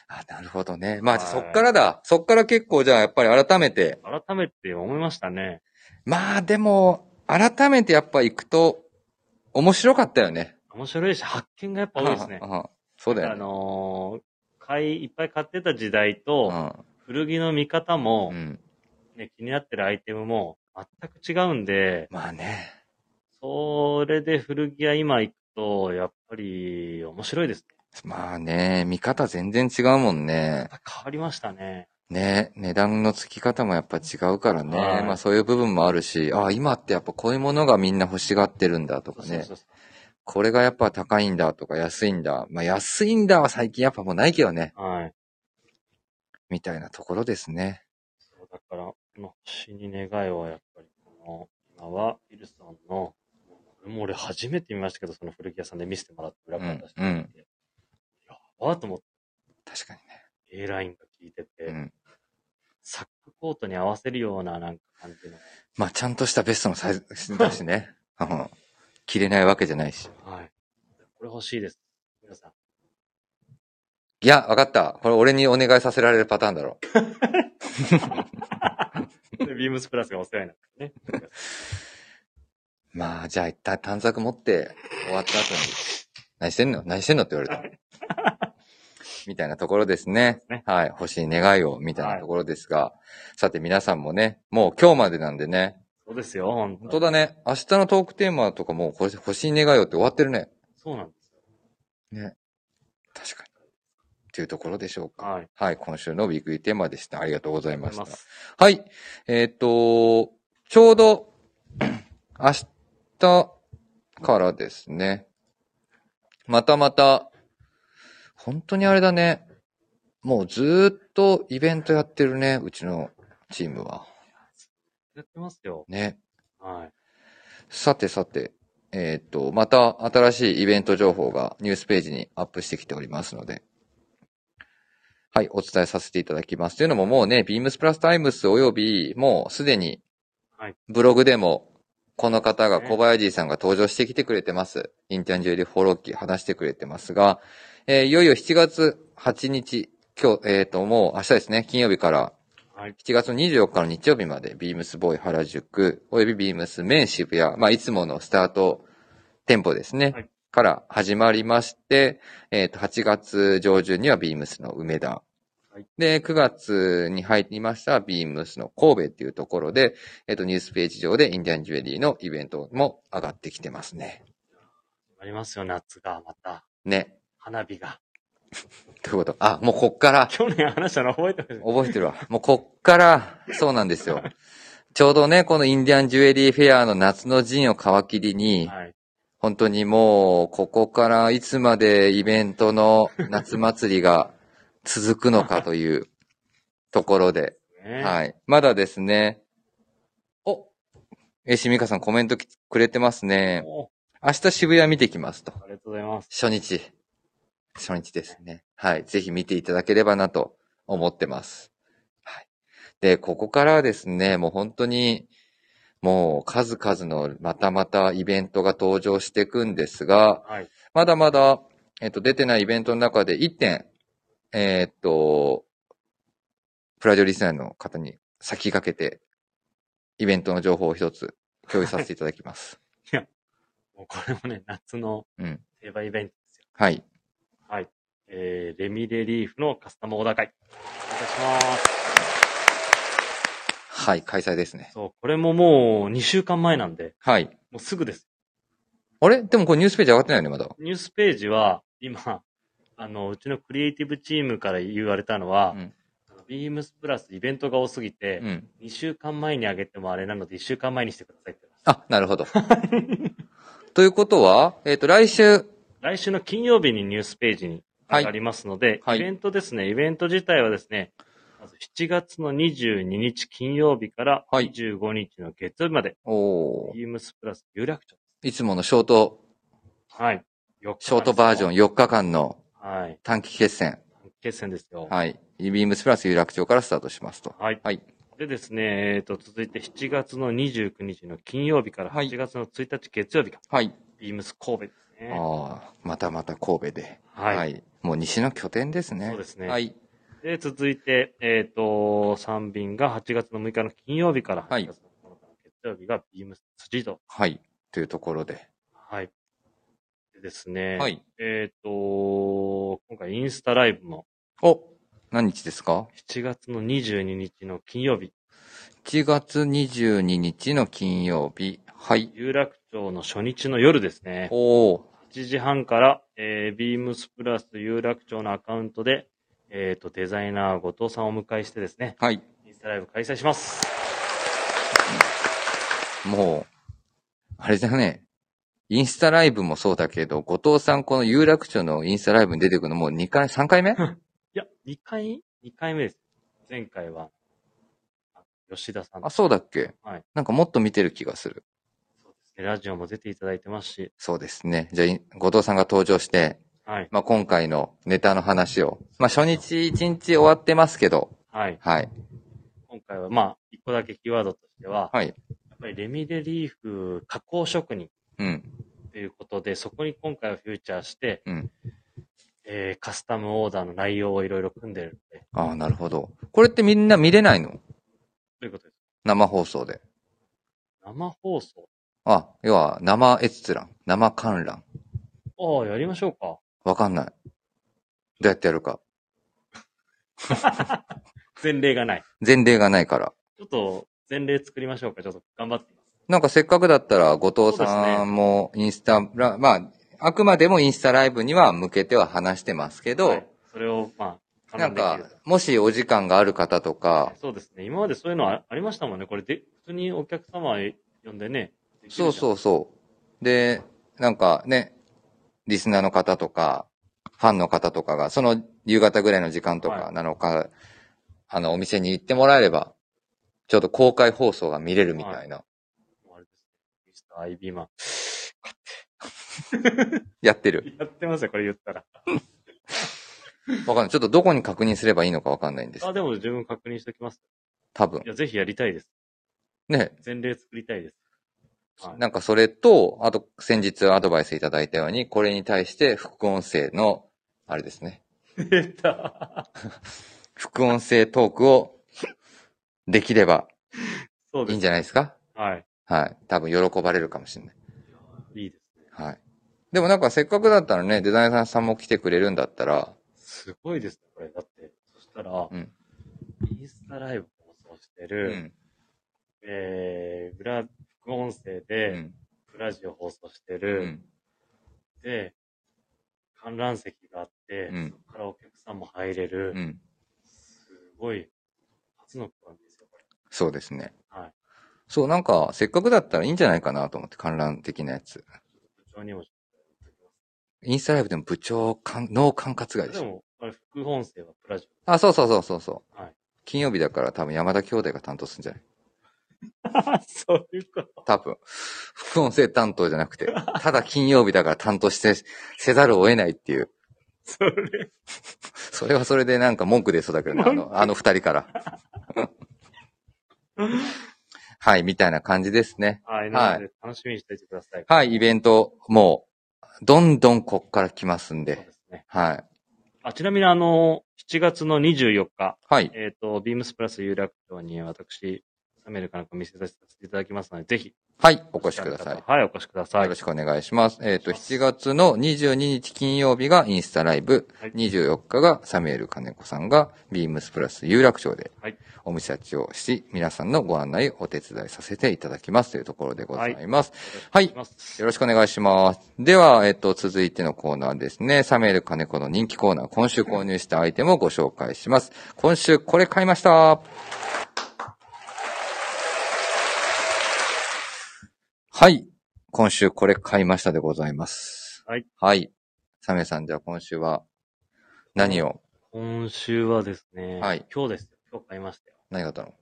S1: あ、なるほどね。まあ、じゃあそ
S4: はい
S1: っからだ。そっから結構、じゃあ、やっぱり改めて。
S4: 改めて思いましたね。
S1: まあ、でも、改めてやっぱ行くと、面白かったよね。
S4: 面白いし、発見がやっぱ多いですね
S1: う。んうんそうだよ
S4: あ
S1: ね。
S4: のー買い、いっぱい買ってた時代と、古着の見方
S1: う
S4: も
S1: ん、う、ん。
S4: ね、気になってるアイテムも全く違うんで、
S1: まあね。
S4: それで古着屋今行くと、やっぱり面白いですね。
S1: まあね、見方全然違うもんね。
S4: やっぱ変わりましたね。
S1: ね、値段の付き方もやっぱ違うからね。
S4: はい
S1: まあそういう部分もあるし、ああ、今ってやっぱこういうものがみんな欲しがってるんだとか
S4: そう
S1: ね
S4: そ。うそ
S1: これがやっぱ高いんだとか安いんだ。まあ安いんだは最近やっぱもうないけどね。
S4: う。はい。
S1: みたいなところですね。
S4: そうだから、この星に願いはやっぱり、この、今は、ウィルソンの、これも俺初めて見ましたけど、その古着屋さんで見せてもらって、裏から出してもらって。やばーと思って、
S1: 確かに
S4: A ラインが効いてて、
S1: ね。うん。
S4: サックコートに合わせるような、なんか感じの。
S1: まあちゃんとしたベストのサイズだし ね。うん着れないわけじゃないし。
S4: はい。これ欲しいです。皆さん。
S1: いや、わかった。これ俺にお願いさせられるパターンだろう。
S4: でビームスプラスがお世話になってね。
S1: まあじゃあ一旦短冊持って終わった後に、何してんの何してんのって言われた。みたいなところですね。
S4: ね
S1: はい。欲しい願いを、みたいなところですが、さて皆さんもね、もう今日までなんでね、
S4: そうですよ、本
S1: 本当だね。明日のトークテーマとかもうこれ欲しい願いをって終わってるね。
S4: そうなんですよ。
S1: 確かに。というところでしょうか。
S4: はい。
S1: はい、今週のウィークリーテーマでした。ありがとうございました。
S4: す。
S1: はい。えっ、と、ちょうど、 明日からですね。またまた、本当にあれだね。もうずーっとイベントやってるね、うちのチームは。
S4: やってますよ。
S1: ね。
S4: はい。
S1: さてさて、えっ、と、また新しいイベント情報がニュースページにアップしてきておりますので、はい、お伝えさせていただきます。というのももうね、ビームスプラスタイムスおよび、もうすでに
S4: はい、
S1: ブログでも、この方が
S4: ね
S1: 小林さんが登場してきてくれてます。インターンジュエリーフォローキー話してくれてますが、えーいよいよ7月8日、今日、えっ、と、もう明日ですね、金曜日から
S4: はい。
S1: 7月24日の日曜日まで、ビームスボーイ原宿、およびビームスメン渋谷、まあ、いつものスタート店舗ですね、
S4: はい
S1: から始まりまして、えっ、と、8月上旬にはビームスの梅田、
S4: はい
S1: で、9月に入りましたビームスの神戸っていうところで、えっ、と、ニュースページ上でインディアンジュエリーのイベントも上がってきてますね。
S4: ありますよ、夏が、また。
S1: ね。
S4: 花火が。
S1: ということ。あ、もうこっから、
S4: 去年話したの覚えてます
S1: 覚えてるわ。もうこっから、そうなんですよ。ちょうどね、このインディアンジュエリーフェアの夏の陣を皮切りに、
S4: はい。
S1: 本当にもう、ここからいつまでイベントの夏祭りが続くのかというところで、
S4: ね、
S1: はい。まだですね、おえしみかさんコメントきくれてますね。
S4: お
S1: 明日渋谷見てきますと。
S4: ありがとうございます。
S1: 初日。初日ですね。はい。ぜひ見ていただければなと思ってます。はい。で、ここからはですね、もう本当に、もう数々のまたまたイベントが登場していくんですが、
S4: はい。
S1: まだまだ、えっと、出てないイベントの中で1点、えーっと、プラジオリスナーの方に先駆けて、イベントの情報を一つ共有させていただきます。
S4: もうこれもね、夏の
S1: うん。
S4: 定番イベントですよ。
S1: はい。
S4: はい。えー、レミレリーフのカスタムオーダー会。お願いします。
S1: はい、開催ですね。
S4: そう、これももう2週間前なんで、
S1: はい。
S4: もうすぐです。
S1: あれでもこれニュースページ上がってないよね、まだ。
S4: ニュースページは、今、あの、うちのクリエイティブチームから言われたのは、
S1: うん
S4: あのビームスプラスイベントが多すぎて、
S1: うん。
S4: 2週間前にあげてもあれなので、1週間前にしてくださいって言われま
S1: あ、なるほ ど。ということは、えっ、と、来週、
S4: した。来週の金曜日にニュースページに上がりますので、
S1: はい
S4: イベントですね、イベント自体はですね、まず7月の22日金曜日から
S1: はい
S4: 25日の月曜日まで、
S1: おー
S4: ビームスプラス有楽町。
S1: いつものショート、
S4: はい。4
S1: ショートバージョン
S4: ン。
S1: 4日間の
S4: はい。
S1: 短期決戦。
S4: 決戦ですよ。
S1: はい。イビームスプラス有楽町からスタートしますと。
S4: はい。
S1: はい。
S4: でですね、えっ、と、続いて7月の29日の金曜日から
S1: はい
S4: 8月の1日月曜日が、
S1: はい。
S4: ビームス神戸ですね。
S1: ああ、またまた神戸で。
S4: はい、
S1: もう西の拠点ですね。
S4: そうですね
S1: はい。
S4: で、続いて、えっ、と、3便が8月の6日の金曜日から
S1: はい
S4: 8月の9日の月曜日がビームス辻堂。
S1: はい。というところで。
S4: はい。でですね、
S1: はい。
S4: えっ、と、今回インスタライブも
S1: お何日ですか
S4: 7月の22日の金曜日、
S1: ?1 月22日の金曜日。はい。
S4: 有楽町の初日の夜ですね。
S1: おー
S4: 8時半から、えー、ビームスプラス有楽町のアカウントで、えっ、と、デザイナー後藤さんをお迎えしてですね、
S1: はい。
S4: インスタライブ開催します。
S1: もう、あれだね。インスタライブもそうだけど、後藤さんこの有楽町のインスタライブに出てくるのもう2回、3回目
S4: いや、2回 ?2 回目です。前回は、あ吉田さん
S1: あ、そうだっけ
S4: はい
S1: なんかもっと見てる気がする。
S4: そうですね。ラジオも出ていただいてますし、
S1: そうですね。じゃあい、後藤さんが登場して、
S4: はい。
S1: まあ、今回のネタの話を。まあ、初日1日終わってますけど、
S4: はい。
S1: はい。
S4: 今回は、まあ、1個だけキーワードとしては、
S1: はい。
S4: やっぱりレミレリーフ加工職人
S1: うん。
S4: ということで、そこに今回はフューチャーして、
S1: うん
S4: えーカスタムオーダーの内容をいろいろ組んでるので、
S1: ああ、なるほど。これってみんな見れないの
S4: ということです。
S1: 生放送で。
S4: 生放送。
S1: あ、要は生閲覧、生観覧。
S4: ああ、やりましょうか。
S1: わかんない。どうやってやるか。
S4: 前例がない。
S1: 前例がないから。
S4: ちょっと、前例作りましょうか。ちょっと頑張って。
S1: なんかせっかくだったら、後藤
S4: そうです
S1: さ
S4: ね
S1: んもインスタラ、まあ、あくまでもインスタライブには向けては話してますけど、
S4: はいそれを、まあ、
S1: なん
S4: 絡
S1: か
S4: んでいける、
S1: もしお時間がある方とか
S4: と。、そうですね。今までそういうのはありましたもんね。これで、普通にお客様呼んでね。。
S1: そうそううそう。で、なんかね、リスナーの方とか、ファンの方とかが、その夕方ぐらいの時間と
S4: は
S1: か
S4: い
S1: なのか、あの、お店に行ってもらえれば、ちょっと公開放送が見れるみたいな。
S4: あれですミスター IB マン。
S1: やってる。
S4: やってますよ、これ言ったら。
S1: わかんない。ちょっとどこに確認すればいいのかわかんないんです
S4: あ、。でも自分確認しておきます。
S1: 多分
S4: い。や、ぜひやりたいです。
S1: ね、
S4: 前例作りた いです。はい
S1: なんかそれと、あと先日アドバイスいただいたように、これに対して副音声の、あれですね、
S4: 出た。
S1: 副音声トークをできればい
S4: そう
S1: い
S4: で
S1: ん
S4: す。
S1: じゃないですか
S4: はい。
S1: はい。多分喜ばれるかもしれない。
S4: いいですね。
S1: はい。でもなんかせっかくだったらね、デザイナーさんも来てくれるんだったら、
S4: すごいですね、これ。だって、そしたら、
S1: うん
S4: インスタライブ放送して
S1: う
S4: る、
S1: ん。
S4: えー、裏、副音声
S1: う
S4: で、
S1: ん。
S4: プラジオ放送して
S1: う
S4: る、
S1: ん。
S4: で、観覧席があって、
S1: うん
S4: そこからお客さんも入れる、
S1: うん。
S4: すごい、初の試みですよ、これ。
S1: そうですね。
S4: はい。
S1: そう、なんか、せっかくだったらいいんじゃないかなと思って、観覧的なやつ。
S4: 部長にも。
S1: インスタライブでも部長、かん脳管轄外で
S4: で
S1: しょ。
S4: も、あれ、副本声はプラジ
S1: あ、そうそうそうそうそう。
S4: はい
S1: 金曜日だから多分山田兄弟が担当するんじゃない
S4: オ。そういうこと。
S1: 多分。副音声担当じゃなくて、ただ金曜日だから担当して、せざるを得ないっていう。
S4: それ、
S1: それはそれでなんか文句出そうだけどね、あの、あの二人から。 はい、みたいな感じですね。
S4: はい、なので、楽しみにしていてください。
S1: はい、イベント、もう、どんどんこっから来ますん
S4: そう
S1: で
S4: で。すね。
S1: はい。
S4: あ、ちなみにあの、7月の24日、
S1: はい。
S4: えっ、と、ビームスプラス有楽町に私、サメルかなんか見せさせていただきますので、ぜひ。
S1: はい、お越しください。
S4: はい、お越しください。
S1: よろしくお願いします。えっ、と、
S4: お願い
S1: 7
S4: します
S1: 月の22日金曜日がインスタライブ、
S4: はい
S1: 24日がサミュエル金子さんがビームスプラス有楽町で
S4: はい
S1: おむしゃちをし、皆さんのご案内をお手伝いさせていただきますというところでございます。はい。
S4: お願いします
S1: よろしくお願いします。では、えっと、続いてのコーナーですね。サミュエル金子の人気コーナー、今週購入したアイテムをご紹介します。今週これ買いました。はい。今週これ買いましたでございます。
S4: はい。
S1: はい。サメさん、じゃあ今週は何を、
S4: 今週はですね、
S1: はい
S4: 今日ですよ。今日買いましたよ。
S1: 何があったの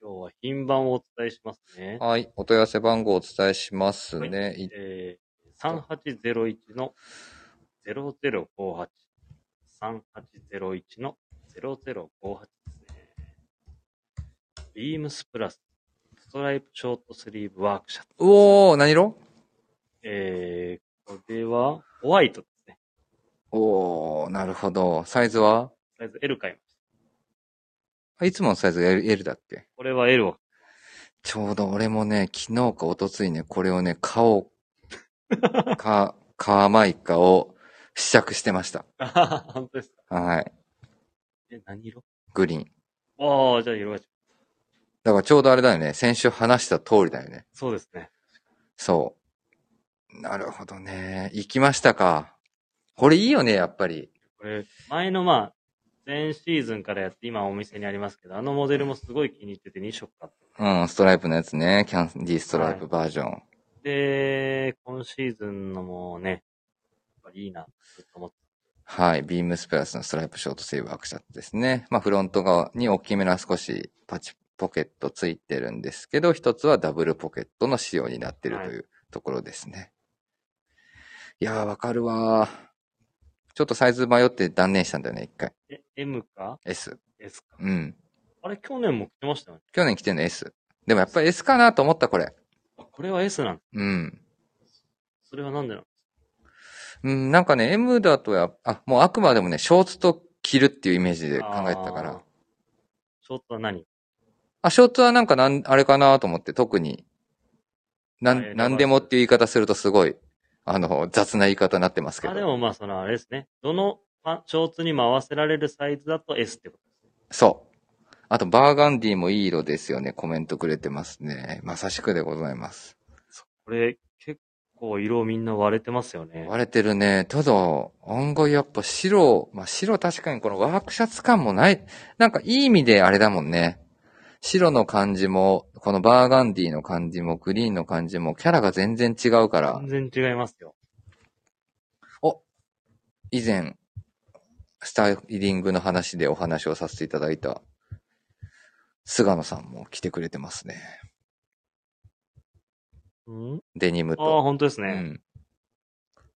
S4: 今日は品番をお伝えしますね。
S1: はい。お問い合わせ番号をお伝えしますね。い
S4: えー、3801の0058。3801の0058ですね。ビームスプラス、ストライプショートスリーブワークシャツ。
S1: うおー、何色
S4: えー、これは、ホワイトですね。
S1: おー、なるほど。サイズは
S4: サイズ L 買いました。
S1: あいつものサイズが L, L だっけ
S4: これは L を。
S1: ちょうど俺もね、昨日か一昨日ね、これをね、買おう か、買わないかを試着してました。
S4: あはは本当ですか。
S1: はい。
S4: え、何色
S1: グリーン。
S4: ああ、じゃあ色が違う。
S1: だからちょうどあれだよね、先週話した通りだよね。
S4: そうですね。
S1: そう。なるほどね。行きましたか。これいいよね、やっぱり。
S4: これ、前のまあ、前シーズンからやって、今お店にありますけど、あのモデルもすごい気に入ってて2色買って。
S1: うん、ストライプのやつね。キャンディーストライプバージョン。
S4: で、今シーズンのもね、やっぱりいいな、ずっと思って。
S1: はい。ビームスプラスのストライプショートセーブアクシャツですね。まあ、フロント側に大きめな少しパチポケットついてるんですけど、一つはダブルポケットの仕様になってる
S4: はい
S1: というところですね。い、やー、わかるわー。ちょっとサイズ迷って断念したんだよね、一回。
S4: え、M か
S1: S。
S4: ?S か。
S1: うん。
S4: あれ、去年も着てましたよね。
S1: 去年着てんの S。でもやっぱり S かなと思った、これ。
S4: あこれは S なんだ。
S1: うん。
S4: それはなんでなの
S1: うん、なんかね、M だとや、あ、もうあくまでもね、ショーツと着るっていうイメージで考えてたか。
S4: あー
S1: ら。
S4: ショートは何
S1: あ、ショーツはなんかなん、あれかなと思って、特に、な、
S4: あ選ばなんい
S1: なんでもっていう言い方するとすごい、あの、雑な言い方になってますけ
S4: あ、で
S1: ど。
S4: もまあ、そのあれですね。どのパン、ショーツにも合わせられるサイズだと S ってことですね。
S1: そう。あと、バーガンディもいい色ですよね。コメントくれてますね。まさしくでございます。
S4: これ、結構色みんな割れてますよね。
S1: 割れてるね。ただ、案外やっぱ白、まあ、白確かにこのワークシャツ感もない、なんかいい意味であれだもんね。白の感じも、このバーガンディの感じも、グリーンの感じも、キャラが全然違うから。
S4: 全然違いますよ。
S1: 以前、スタイリングの話でお話をさせていただいた、菅野さんも来てくれてますね。
S4: うん
S1: デニム
S4: ああー、
S1: と、
S4: 本当です
S1: う
S4: ね。
S1: ん。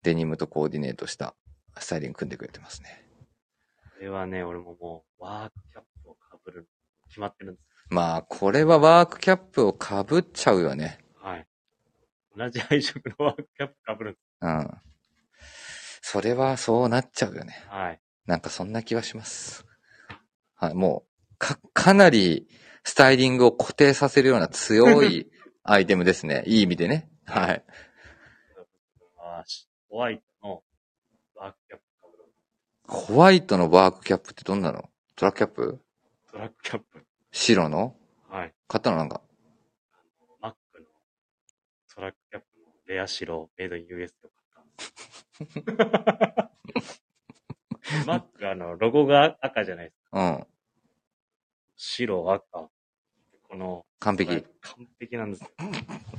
S1: デニムとコーディネートしたスタイリング組んでくれてますね。
S4: これはね、俺ももう、ワークキャップをかぶる、決まってるんです。
S1: まあ、これはワークキャップを被っちゃうよね。
S4: はい。同じ配色のワークキャップかぶるんで
S1: うん。それはそうなっちゃうよね。
S4: す。はい。
S1: なんかそんな気はします。はい、もう、か、かなりスタイリングを固定させるような強いアイテムですね。いい意味でね。はい。
S4: あーしホワイトのワークキャップかぶる。
S1: ホワイトのワークキャップってどんなのトラックキャップ
S4: トラックキャップ。
S1: 白の
S4: はい。
S1: 買ったのなんか。
S4: マックのトラックキャップのレア白、メイドイン US とか買ったん です。マックあの、ロゴが赤じゃないですか。
S1: うん。
S4: 白、赤。この、
S1: 完
S4: これ
S1: 璧。
S4: 完璧なんですよ。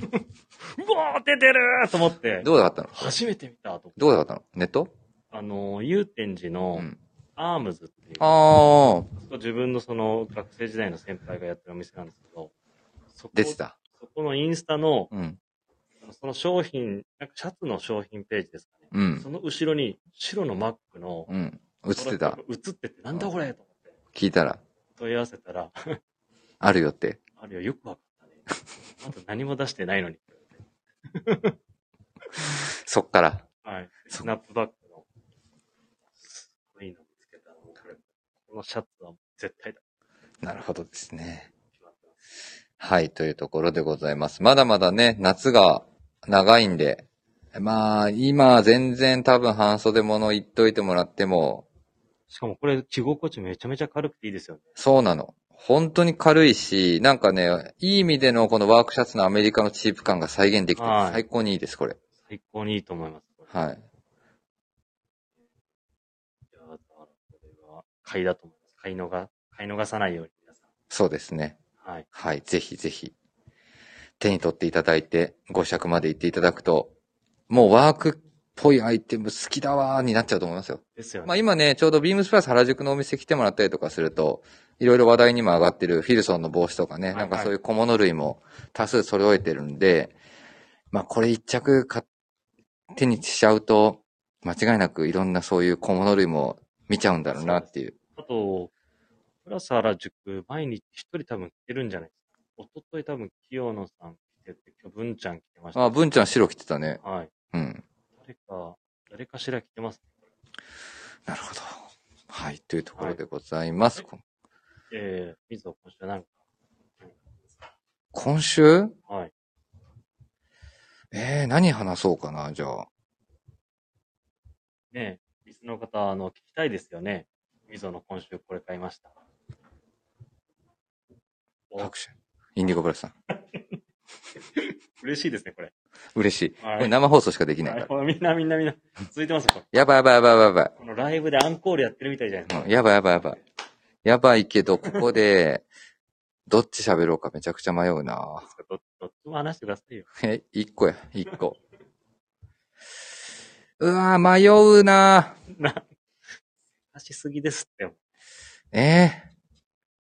S4: うわー出てるーと思って、
S1: どうだったの
S4: 初めて見たと思って。
S1: どうだったのネット
S4: あの、祐天寺
S1: う
S4: の
S1: ん。
S4: アームズっていう、
S1: あー、
S4: 自分のその学生時代の先輩がやってるお店なんですけど、そこ
S1: 出てた。
S4: そこのインスタの、
S1: うん。
S4: その商品、なんかシャツの商品ページですかね。
S1: う
S4: そ
S1: ん。
S4: の後ろに白のマックの、
S1: うん。映ってた。。
S4: 映ってて、なんだこれと思って
S1: 聞いたら、
S4: 問い合わせたら、
S1: あるよって。
S4: あるよ、よくわかったね。あと何も出してないのに。
S1: そっから。
S4: はい。
S1: そう
S4: スナップバックの、すごいの見つけたのこれ。このシャツは絶対だ。
S1: なるほどですね。はい、というところでございます。まだまだね、夏が長いんで、まあ、今全然多分半袖物言っといてもらっても、
S4: しかもこれ、着心地めちゃめちゃ軽くていいですよね。
S1: そうなの。本当に軽いし、なんかね、いい意味でのこのワークシャツのアメリカのチープ感が再現できてて
S4: はい
S1: 最高にいいです、これ。
S4: 最高にいいと思います。これ
S1: はい。
S4: いやーだからこれは買いだと思います。買い逃、買い逃さないように皆さ
S1: そうですね。
S4: ん。はい。
S1: はい、ぜひぜひ。手に取っていただいて、ご試着まで行っていただくと、もうワークっぽいアイテム好きだわーになっちゃうと思いますよ。
S4: ですよね。
S1: まあ今ね、ちょうどビームスプラス原宿のお店来てもらったりとかすると、いろいろ話題にも上がってるフィルソンの帽子とかね、
S4: はいは
S1: ないんかそういう小物類も多数揃えてるんで、まあこれ一着買っ手にしちゃうと、間違いなくいろんなそういう小物類も見ちゃうんだろうなっていう。
S4: あと、プラス原宿、毎日一人多分来てるんじゃないですか。おととい多分、清野さん来てて、今日文ちゃん来てました。
S1: あ、文ちゃん白着てたね。
S4: はい。
S1: うん。
S4: 誰か、誰かしら来てます。
S1: なるほど。はい、というところでございます。こ
S4: えー、水野今週はなんか、
S1: 今週
S4: はい。
S1: えー、何話そうかな、じゃあ。
S4: ねえ、リスナーの方、あの、聞きたいですよね。水野の今週これ買いました。お
S1: 拍手。インディゴブラスさん。
S4: 嬉しいですね、これ。
S1: 嬉しい。
S4: はい
S1: これ生放送しかできないか
S4: はい
S1: ら。
S4: これみんなみんなみんな、続いてますよ、これ。
S1: やばいやばいやばいやばい。
S4: このライブでアンコールやってるみたいじゃないです
S1: う
S4: か。
S1: んやばいやばいやばい。やばいけど、ここで、どっち喋ろうかめちゃくちゃ迷うな
S4: どどっちも話してくださいよ。
S1: え、一個や、一個。うわぁ、迷うな
S4: 話しすぎですって。い
S1: ぁ。えー、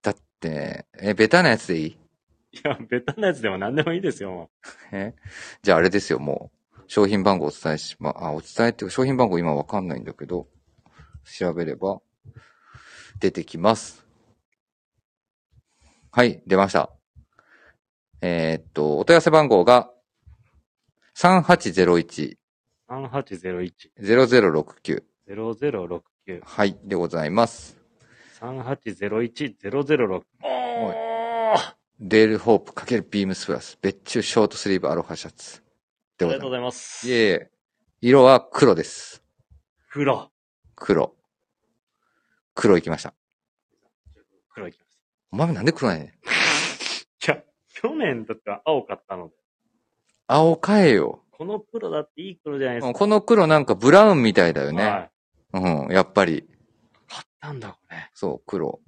S1: だって、え、ベタなやつでいい
S4: や、ベタなやつでも何でもいいですよ、も
S1: えじゃああれですよ、もう。商品番号お伝えしま、あ、お伝えっていうか商品番号今わかんないんだけど、調べれば、出てきます。はい、出ました。えーっと、お問い合わせ番号が、
S4: う。3801-0069。
S1: 3801-0069。はい、でございます。
S4: 3801-006。お
S1: い
S4: ーあ
S1: デールホープ×ビームスプラス、別注ショートスリーブアロハシャツ。でござ
S4: りが
S1: い
S4: とうご
S1: ま。
S4: ざいますす。
S1: いえいえ、色は黒です。
S4: 黒。
S1: 黒。黒いきました。
S4: 黒いきます。
S1: お前もなんで黒ないねん
S4: いや、去年だったら青かったので、
S1: 青変えよ。
S4: この黒だっていい黒じゃないです
S1: うん
S4: か。
S1: この黒なんかブラウンみたいだよ
S4: は
S1: ね。
S4: い。
S1: うん、やっぱり。
S4: 買ったんだ、これ。
S1: そう、黒。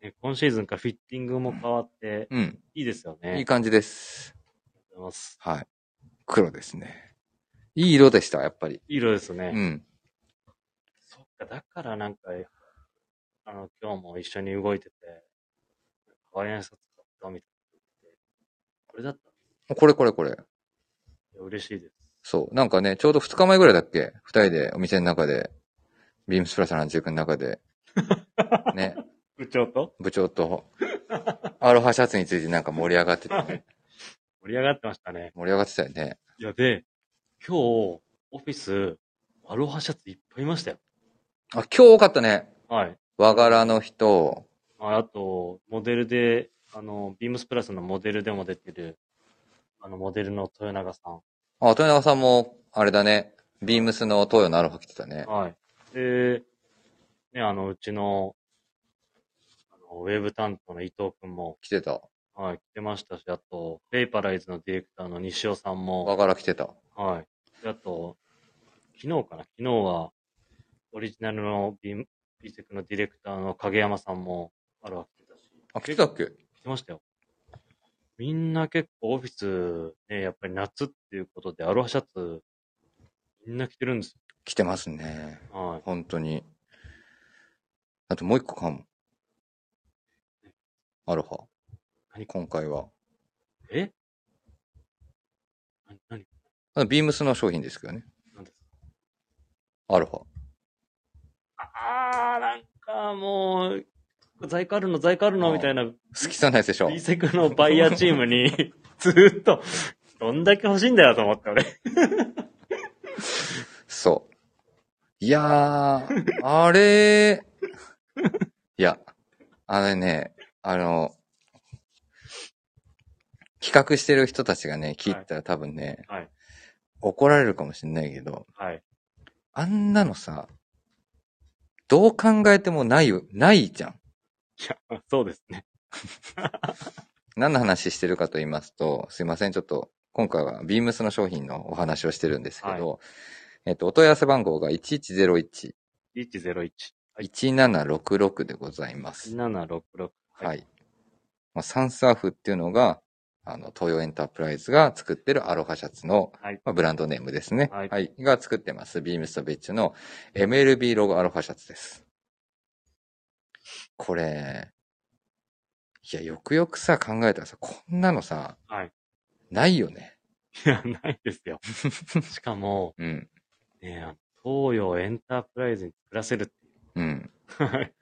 S4: ね今シーズンからフィッティングも変わって、
S1: うん、
S4: いいですよね。
S1: いい感じです。
S4: ありがとうございます。
S1: はい。黒ですね。いい色でした、やっぱり。
S4: いい色ですね。
S1: うん。
S4: そっか、だからなんか、あの、今日も一緒に動いてて、ハワイアンシャツ買ったみたいな。これだったんで
S1: これこれこれ。
S4: すよ嬉しいです。
S1: そう。なんかね、ちょうど2日前ぐらいだっけ二人でお店の中で、ビームスプラスの塾の中 で、ね、
S4: 部長と
S1: 部長と、アロハシャツについてなんか盛り上がってたね。
S4: 盛り上がってましたね。
S1: 盛り上がってたよね。
S4: いや、で、今日、オフィス、アロハシャツいっぱいいましたよ。
S1: あ、今日多かったね。
S4: はい。
S1: 和柄の人、
S4: ああと、モデルで、あの、ビームスプラスのモデルでも出てる、あの、モデルの豊永さん。
S1: あ、豊永さんも、あれだね。ビームスの東洋のアロハ着てたね。
S4: はい。で、ね、あの、うちの、あのウェブ担当の伊藤くんも、
S1: 着てた。
S4: はい、来てましたし、あと、ペイパライズのディレクターの西尾さん
S1: 和
S4: も、
S1: 柄着てた。
S4: はい。であと、昨日かな昨日は、オリジナルのビンビセクのディレクターの影山さんも、あるわけだし、
S1: あ、着てたっけ
S4: 来てましたよ。みんな結構オフィス、ね、やっぱり夏っていうことでアロハシャツ、みんな着てるんです
S1: 来てますね。
S4: よ。はい。
S1: 本当に。あともう一個かも。アロハ
S4: 何。
S1: 今回は。
S4: えな何
S1: あビームスの商品ですけどね。
S4: 何ですか
S1: アロハ。
S4: あー、なんかもう、在庫あるの、在庫ある
S1: あ
S4: の
S1: ー
S4: みたいな、リ
S1: 好きじゃないでしょ。
S4: セクのバイヤーチームに、 ずーっと、どんだけ欲しいんだよと思って、俺。
S1: そう。いや ー、あれいや、あれね、あの、企画してる人たちがね、聞いたら多分ね、
S4: はい
S1: 怒られるかもしれないけど、
S4: はい。
S1: あんなのさ、どう考えてもないよ、ないじゃん。
S4: そうですね。
S1: 何の話してるかと言いますと、すいません、ちょっと、今回はビームスの商品のお話をしてるんですけど、えっと、お問い合わせ番号が1101、
S4: 1101。はい
S1: 1766でございます。
S4: 766。
S1: はい。まあ、サンサーフっていうのが、あの、東洋エンタープライズが作ってるアロハシャツの、
S4: はい。
S1: まあ、ブランドネームですね。
S4: はい
S1: が作ってます。ビームスとベッチュの MLB ロゴアロハシャツです。これ、いや、よくよくさ、考えたらさ、こんなのさ、
S4: はい。
S1: ないよね。
S4: いや、ないです よ。しかも、
S1: うん。
S4: ね、あの東洋エンタープライズに暮らせるっていう。
S1: うん。
S4: はい。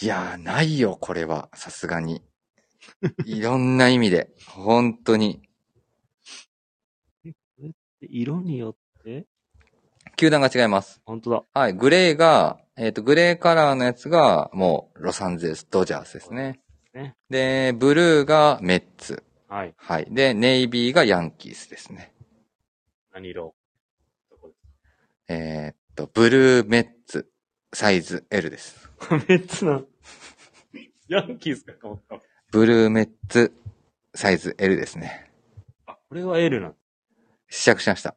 S1: いやー、ないよ、これは。さすがに。いろんな意味で。本当に。
S4: 色によって
S1: 球団が違います。
S4: 本当だ。
S1: はい、グレーが、えっ、と、グレーカラーのやつが、もう、ロサンゼルス・ドジャースですね。
S4: ね
S1: で、ブルーがメッツ。
S4: はい。
S1: はい。で、ネイビーがヤンキースですね。
S4: 何 色どこです
S1: えーっと、ブルーメッツ、サイズ L です。
S4: かメッツな。 ヤンキースかと思った。
S1: ブルーメッツ、サイズ L ですね。
S4: あ、これは L なん
S1: 試着しました。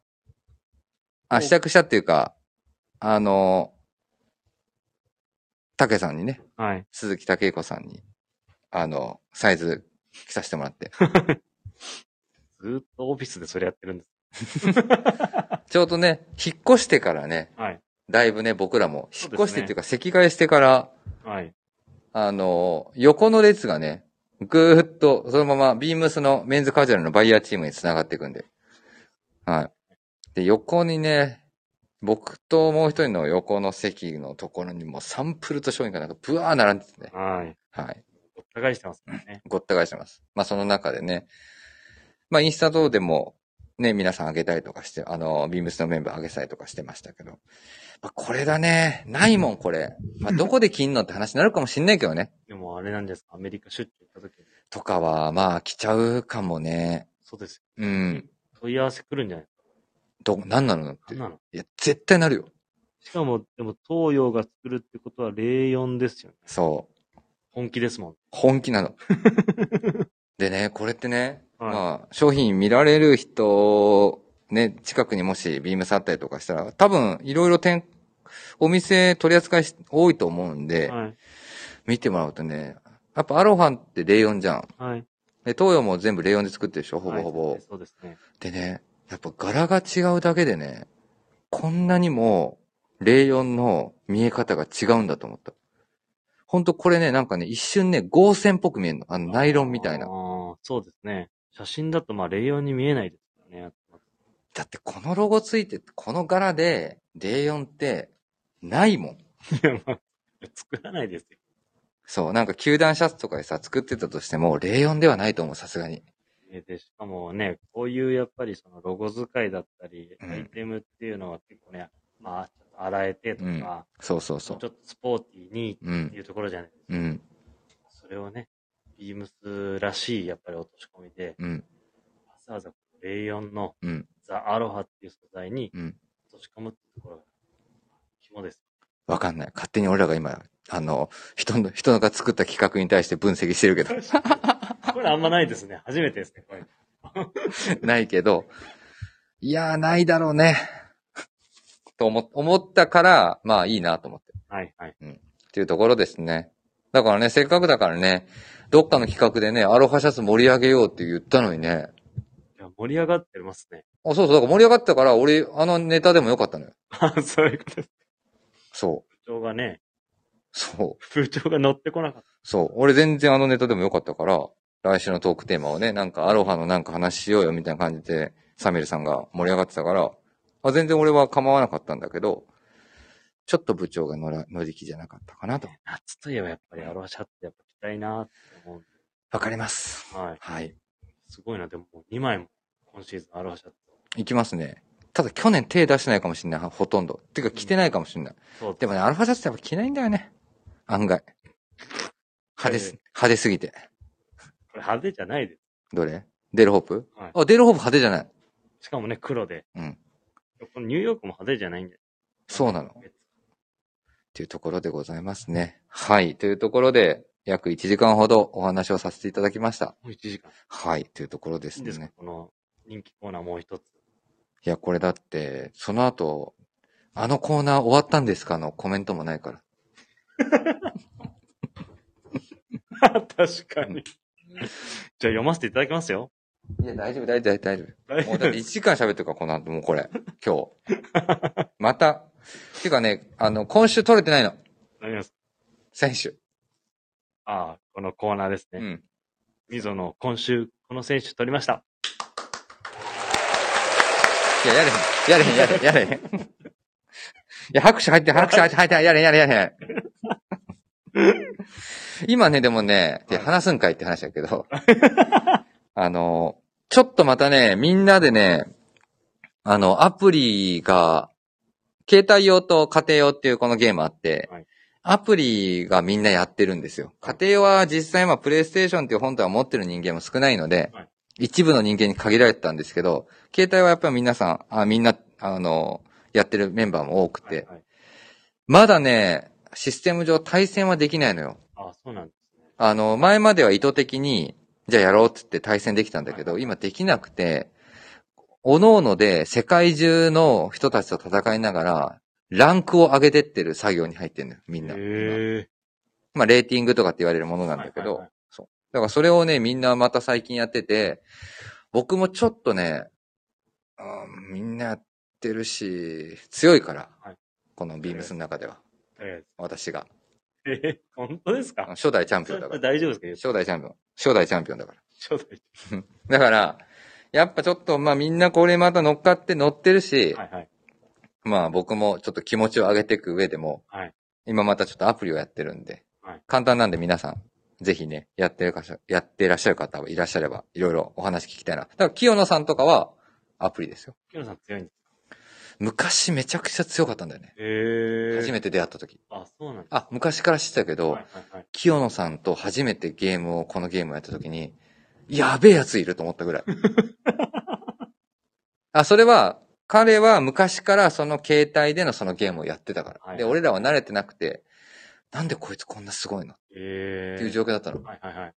S1: あ、
S4: お
S1: 試着したっていうか、あの、たけさんにね、
S4: はい。
S1: 鈴木たけいこさんに、あの、サイズ着させてもらって。
S4: ずーっとオフィスでそれやってるんです。
S1: ちょうどね、引っ越してからね、
S4: はい。
S1: だいぶね、僕らも、
S4: そ
S1: 引
S4: う
S1: っ
S4: ですね
S1: 越してっていうか、席替えしてから、
S4: はい。
S1: あの、横の列がね、ぐーっと、そのまま、ビームスのメンズカジュアルのバイヤーチームに繋がっていくんで。はい。で、横にね、僕ともう一人の横の席のところにもサンプルと商品がなんかブワー並んでてね。
S4: はい。
S1: はい。
S4: お互いしてますからね。
S1: ごった返してます。まあ、その中でね、まあ、インスタ等でも、ね、皆さんあげたりとかして、あの、ビームスのメンバーあげたりとかしてましたけど、まあ、これだね。ないもん、これ。まあ、どこで着んのって話になるかもしんないけどね。
S4: でもあれなんですかアメリカ出張行った時に。
S1: とかは、まあ、着ちゃうかもね。
S4: そうです
S1: うん。
S4: よ。問い合わせ来るんじゃないで
S1: ど、なんなのっ
S4: すか
S1: て。
S4: 何
S1: い
S4: なの
S1: や、絶対なるよ。
S4: しかも、でも東洋が作るってことは04ですよね。
S1: そう。
S4: 本気ですもん。
S1: 本気なの。でね、これってね、
S4: はい
S1: まあ、商品見られる人、ね、近くにもしビームスあったりとかしたら、多分、いろいろ店、お店取り扱いし多いと思うんで、
S4: はい。
S1: 見てもらうとね、やっぱアロハンって04じゃん。
S4: はい。
S1: で、東洋も全部04で作ってるでしょ、ほぼほぼ。
S4: はいそうですね。
S1: でね、やっぱ柄が違うだけでね、こんなにも04の見え方が違うんだと思った。ほんとこれね、なんかね、一瞬ね、合成っぽく見えるの。あの、ナイロンみたいな
S4: あ。ーそうですね。写真だと、まあ、04に見えないですからね。
S1: だってこのロゴついて、この柄で、04って、ないもん。
S4: いや、まあ、 作らないですよ。
S1: そう、なんか球団シャツとかでさ、作ってたとしても、04ではないと思う、さすがに。
S4: えーで、しかもね、こういうやっぱりそのロゴ使いだったり、
S1: うん
S4: アイテムっていうのは結構ね、まあ、ちょっと洗えてと
S1: う
S4: か、
S1: ん
S4: も
S1: そうそう
S4: うち
S1: そう
S4: ょっ。とスポーティーに
S1: う
S4: って
S1: ん、
S4: いうところじゃないですか。
S1: うん、
S4: それをね、ビームスらしいやっぱり落とし込みで、
S1: うん、
S4: わざわざ04の
S1: うん、
S4: ザ・アロハっていう素材に
S1: うん。
S4: 落とし込むっていうところが、肝です。
S1: わかんない。勝手に俺らが今、あの、人の、人が作った企画に対して分析してるけど。
S4: これあんまないですね。初めてですね、これ。
S1: ないけど、いやー、ないだろうね。 と思っ思ったから、まあいいなと思って。
S4: はいはい。
S1: っていうところですね。だからね、せっかくだからね、どっかの企画でね、アロハシャツ盛り上げようって言ったのにね。
S4: いや、盛り上がってますね。
S1: あ、そうそう、だから盛り上がったから、俺、あのネタでもよかったのよ。
S4: あそういうことです。
S1: そう。
S4: 風潮がね、
S1: そう。
S4: 風潮が乗ってこなかっ
S1: そう。俺全然あのネタでもよかったから、来週のトークテーマをね、なんかアロハのなんか話しようよみたいな感じで、サメルさんが盛り上がってたから、あ全然俺は構わなかったんだけど、ちょっと部長が乗ら乗り気じゃなかったかなと。
S4: た。夏といえばやっぱりアロハシャツやっぱ着たいなって思うんで。
S1: わかります。
S4: はい。
S1: はい。
S4: すごいな。でもも2枚も今シーズンアロハシャツ。
S1: いきますね。ただ去年手出してないかもしれない、ほとんど。てか着てないかもしれない。
S4: そう
S1: でもね、アルファシャツってやっぱ着ないんだよね。案外。派手す、派手すぎて。
S4: これ派手じゃないです。
S1: どれデルホープ、
S4: はい
S1: あ、デルホープ派手じゃない。
S4: しかもね、黒で。
S1: うん。
S4: このニューヨークも派手じゃないんで。
S1: そうなの。っ
S4: 別に
S1: ていうところでございますね。はい。というところで、約1時間ほどお話をさせていただきました。
S4: もう1時間。
S1: はい。というところで
S4: いい
S1: す
S4: ん
S1: ね。
S4: ですかこの人気コーナーもう 一つ。
S1: いや、これだって、その後、あのコーナー終わったんですかのコメントもないから。
S4: 確かに。じゃあ読ませていただきますよ。
S1: いや、大丈夫、大丈夫、大丈夫。
S4: 大
S1: もうだって1時間喋ってるから、この後、もうこれ、今日。また。っていうかね、あの、今週取れてないの、
S4: 何です
S1: 選手。
S4: ああ、このコーナーです
S1: う
S4: ね。
S1: ん。
S4: ミゾの今週、この選手取りました。
S1: いや、やれへん。やれへん、やれへん、やれへん。 いや、拍手入って、拍手入って、入って、やれへん、やれへん、やれへん。今ね、でもね、で話すんかいって話だけど、 あの、ちょっとまたね、みんなでね、あの、アプリが、携帯用と家庭用っていうこのゲームあって、
S4: はい
S1: アプリがみんなやってるんですよ。家庭用は実際今、プレイステーションっていう本体を持ってる人間も少ないので、
S4: はい
S1: 一部の人間に限られてたんですけど、携帯はやっぱり皆さん、あみんな、あの、やってるメンバーも多くて、
S4: はいはい、
S1: まだね、システム上対戦はできないのよ。
S4: ああ、そうなんですね。
S1: あの、前までは意図的に、じゃあやろうっつって対戦できたんだけど、今できなくて、各々で世界中の人たちと戦いながら、ランクを上げてってる作業に入ってんのよ、みんな。
S4: へえ。
S1: まあ、レーティングとかって言われるものなんだけ
S4: はいはい
S1: ど
S4: はい、
S1: そう。だからそれをね、みんなまた最近やってて、僕もちょっとね、あーみんなやってるし、強いから、
S4: はい
S1: このビームスの中では、
S4: え
S1: 私が。
S4: ええ本当ですか
S1: 初代チャンピ
S4: そ
S1: オン
S4: れ
S1: だ
S4: っ
S1: か
S4: て
S1: ら。
S4: 大丈夫ですか言っ
S1: 初代チャンピオン。初代チャンピオンだから。
S4: ちょうだい
S1: だから、やっぱちょっと、まあみんなこれまた乗っかって乗ってるし、
S4: はいはい。
S1: まあ僕もちょっと気持ちを上げていく上でも、
S4: はい
S1: 今またちょっとアプリをやってるんで、
S4: はい
S1: 簡単なんで皆さん、ぜひね、やってるかしら、やっていらっしゃる方はいらっしゃれば、いろいろお話聞きたいな。だから清野さんとかは、アプリですよ。
S4: キノさん強いんです
S1: 昔めちゃくちゃ強かったんだよね。
S4: へ
S1: 初
S4: て。
S1: めて出会った時。
S4: あ、そうなんです
S1: あ、昔から知ってたけど、
S4: はいはいはい。
S1: 清野さんと初めてゲームを、このゲームをやった時に、やべえやついると思った ぐらい。あ、それは、彼は昔からその携帯でのそのゲームをやってたから。
S4: はい
S1: で、俺らは慣れてなくて、なんでこいつこんなすごいのっ
S4: え
S1: て
S4: え。
S1: いう状況だったの。
S4: はいはいはい。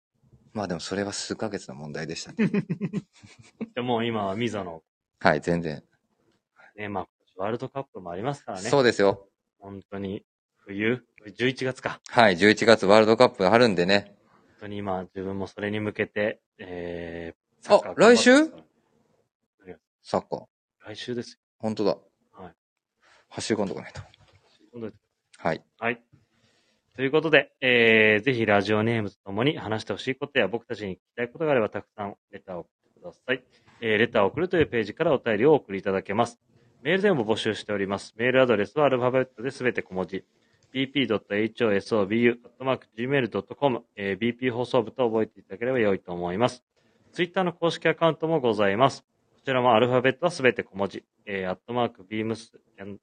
S1: まあでもそれは数ヶ月の問題でした ね。
S4: じゃあもう今はミゾの、
S1: はい、全然。
S4: ね、まあ、ワールドカップもありますからね。
S1: そうですよ。
S4: 本当に、冬、11月か。
S1: はい、11月ワールドカップあるんでね。
S4: 本当に今、自分もそれに向けて、えー、
S1: あ
S4: 頑張って
S1: 来週サッカー。
S4: 来週ですよ。
S1: 本当だ。
S4: はい。
S1: 走り込んどかないと。
S4: 今度
S1: はい。
S4: はい。ということで、えー、ぜひラジオネームとともに話してほしいことや僕たちに聞きたいことがあればたくさんレターを送ってください。えー、レターを送るというページからお便りをお送りいただけます。メールでも募集しております。メールアドレスはアルファベットで全て小文字。bp.hosobu.gmail.com、えー、bp 放送部と覚えていただければ良いと思います。ツイッターの公式アカウントもございます。こちらもアルファベットはすべて小文字。えー、アットマーク、ビームス、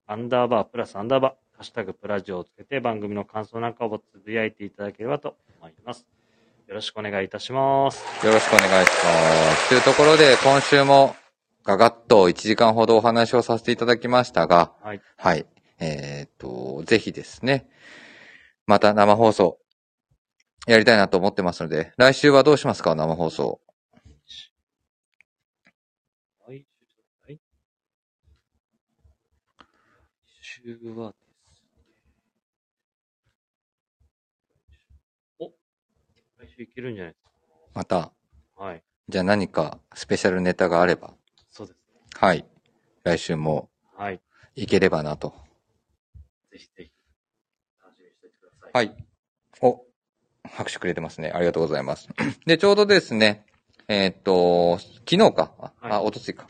S4: アンダーバー、プラスアンダーバー、ハッシュタグ、プラジオをつけて番組の感想なんかをつぶやいていただければと思います。よろしくお願いいたします。
S1: よろしくお願いします。というところで、今週もガガッと1時間ほどお話をさせていただきましたが、
S4: はい。
S1: はい。えーっと、ぜひですね、また生放送、やりたいなと思ってますので、来週はどうしますか生放送。
S4: 来週、来週はですね、週いけるんじゃないです
S1: また、
S4: か。はい。
S1: じゃあ何かスペシャルネタがあれば、
S4: そうですね。
S1: はい。来週も
S4: はい。
S1: いければなと。
S4: ぜひぜひ、楽しみにしていてくださ
S1: は
S4: い。
S1: い。お、拍手くれてますね。ありがとうございます。 で、ちょうどですね、えーっと、昨日か、あ、あ
S4: はい
S1: おとついか。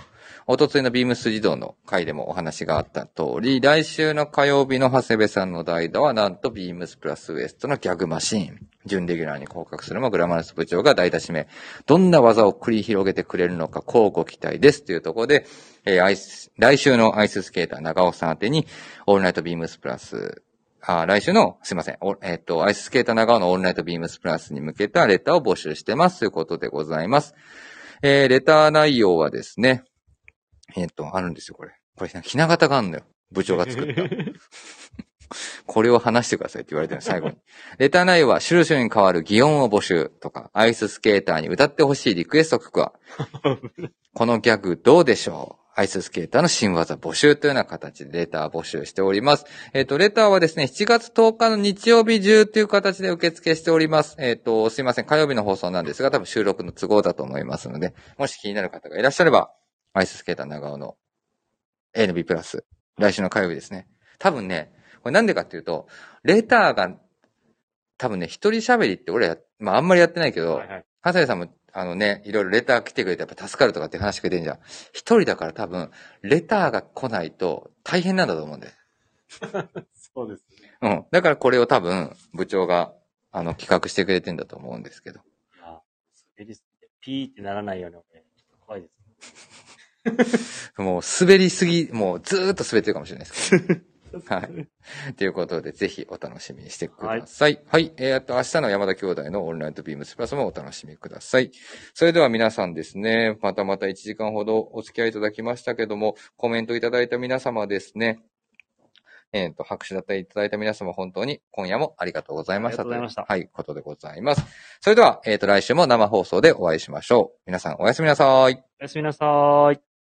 S1: おとついのビームス児童の回でもお話があった通り、来週の火曜日の長谷部さんの代打は、なんとビームスプラスウエストのギャグマシーン。準レギュラーに降格するもグラマラス部長が代打指名。どんな技を繰り広げてくれるのか、乞うご期待です。というところで、えーアイス、来週のアイススケーター長尾さん宛てに、オールナイトビームスプラスあ来週の、すいません、おえっ、と、アイススケーター長尾のオールナイトビームスプラスに向けたレターを募集してますということでございます。えー、レター内容はですね、えっ、と、あるんですよ、これ。これ、ひな形があるのよ。部長が作った。これを話してくださいって言われてるの、最後に。レター内容は、シュルシュルに変わる擬音を募集とか、アイススケーターに歌ってほしいリクエスト曲は、このギャグどうでしょうアイススケーターの新技募集というような形でレター募集しております。えっ、と、レターはですね、7月10日の日曜日中という形で受付しております。えっ、と、すいません、火曜日の放送なんですが、多分収録の都合だと思いますので、もし気になる方がいらっしゃれば、アイススケーター長尾の ANB プラス、来週の火曜日ですね。多分ね、これなんでかっていうと、レターが、多分ね、一人喋りって俺は、まああんまりやってないけど、
S4: はいはい。
S1: ハサイさんも、あのね、いろいろレター来てくれてやっぱ助かるとかって話くれてんじゃん。一人だから多分、レターが来ないと大変なんだと思うんだよ。
S4: そうですね。
S1: うん。だからこれを多分、部長が、あの、企画してくれてんだと思うんですけど。
S4: あ、滑りすぎて、ピーってならないように、ちょっと怖いです。
S1: もう滑りすぎ、もうずーっと滑ってるかもしれない ですけど。はい。ということで、ぜひお楽しみにしてください。はい。えー、っと、明日の山田兄弟のオンラインとビームスプラスもお楽しみください。それでは皆さんですね、またまた1時間ほどお付き合いいただきましたけども、コメントいただいた皆様ですね、えー、っと、拍手だったりいただいた皆様、本当に今夜もありがとうございました
S4: ありがとうございました
S1: はい、ことでございます。それでは、えー、っと、来週も生放送でお会いしましょう。皆さん、おやすみなさい。
S4: おやすみなさーい。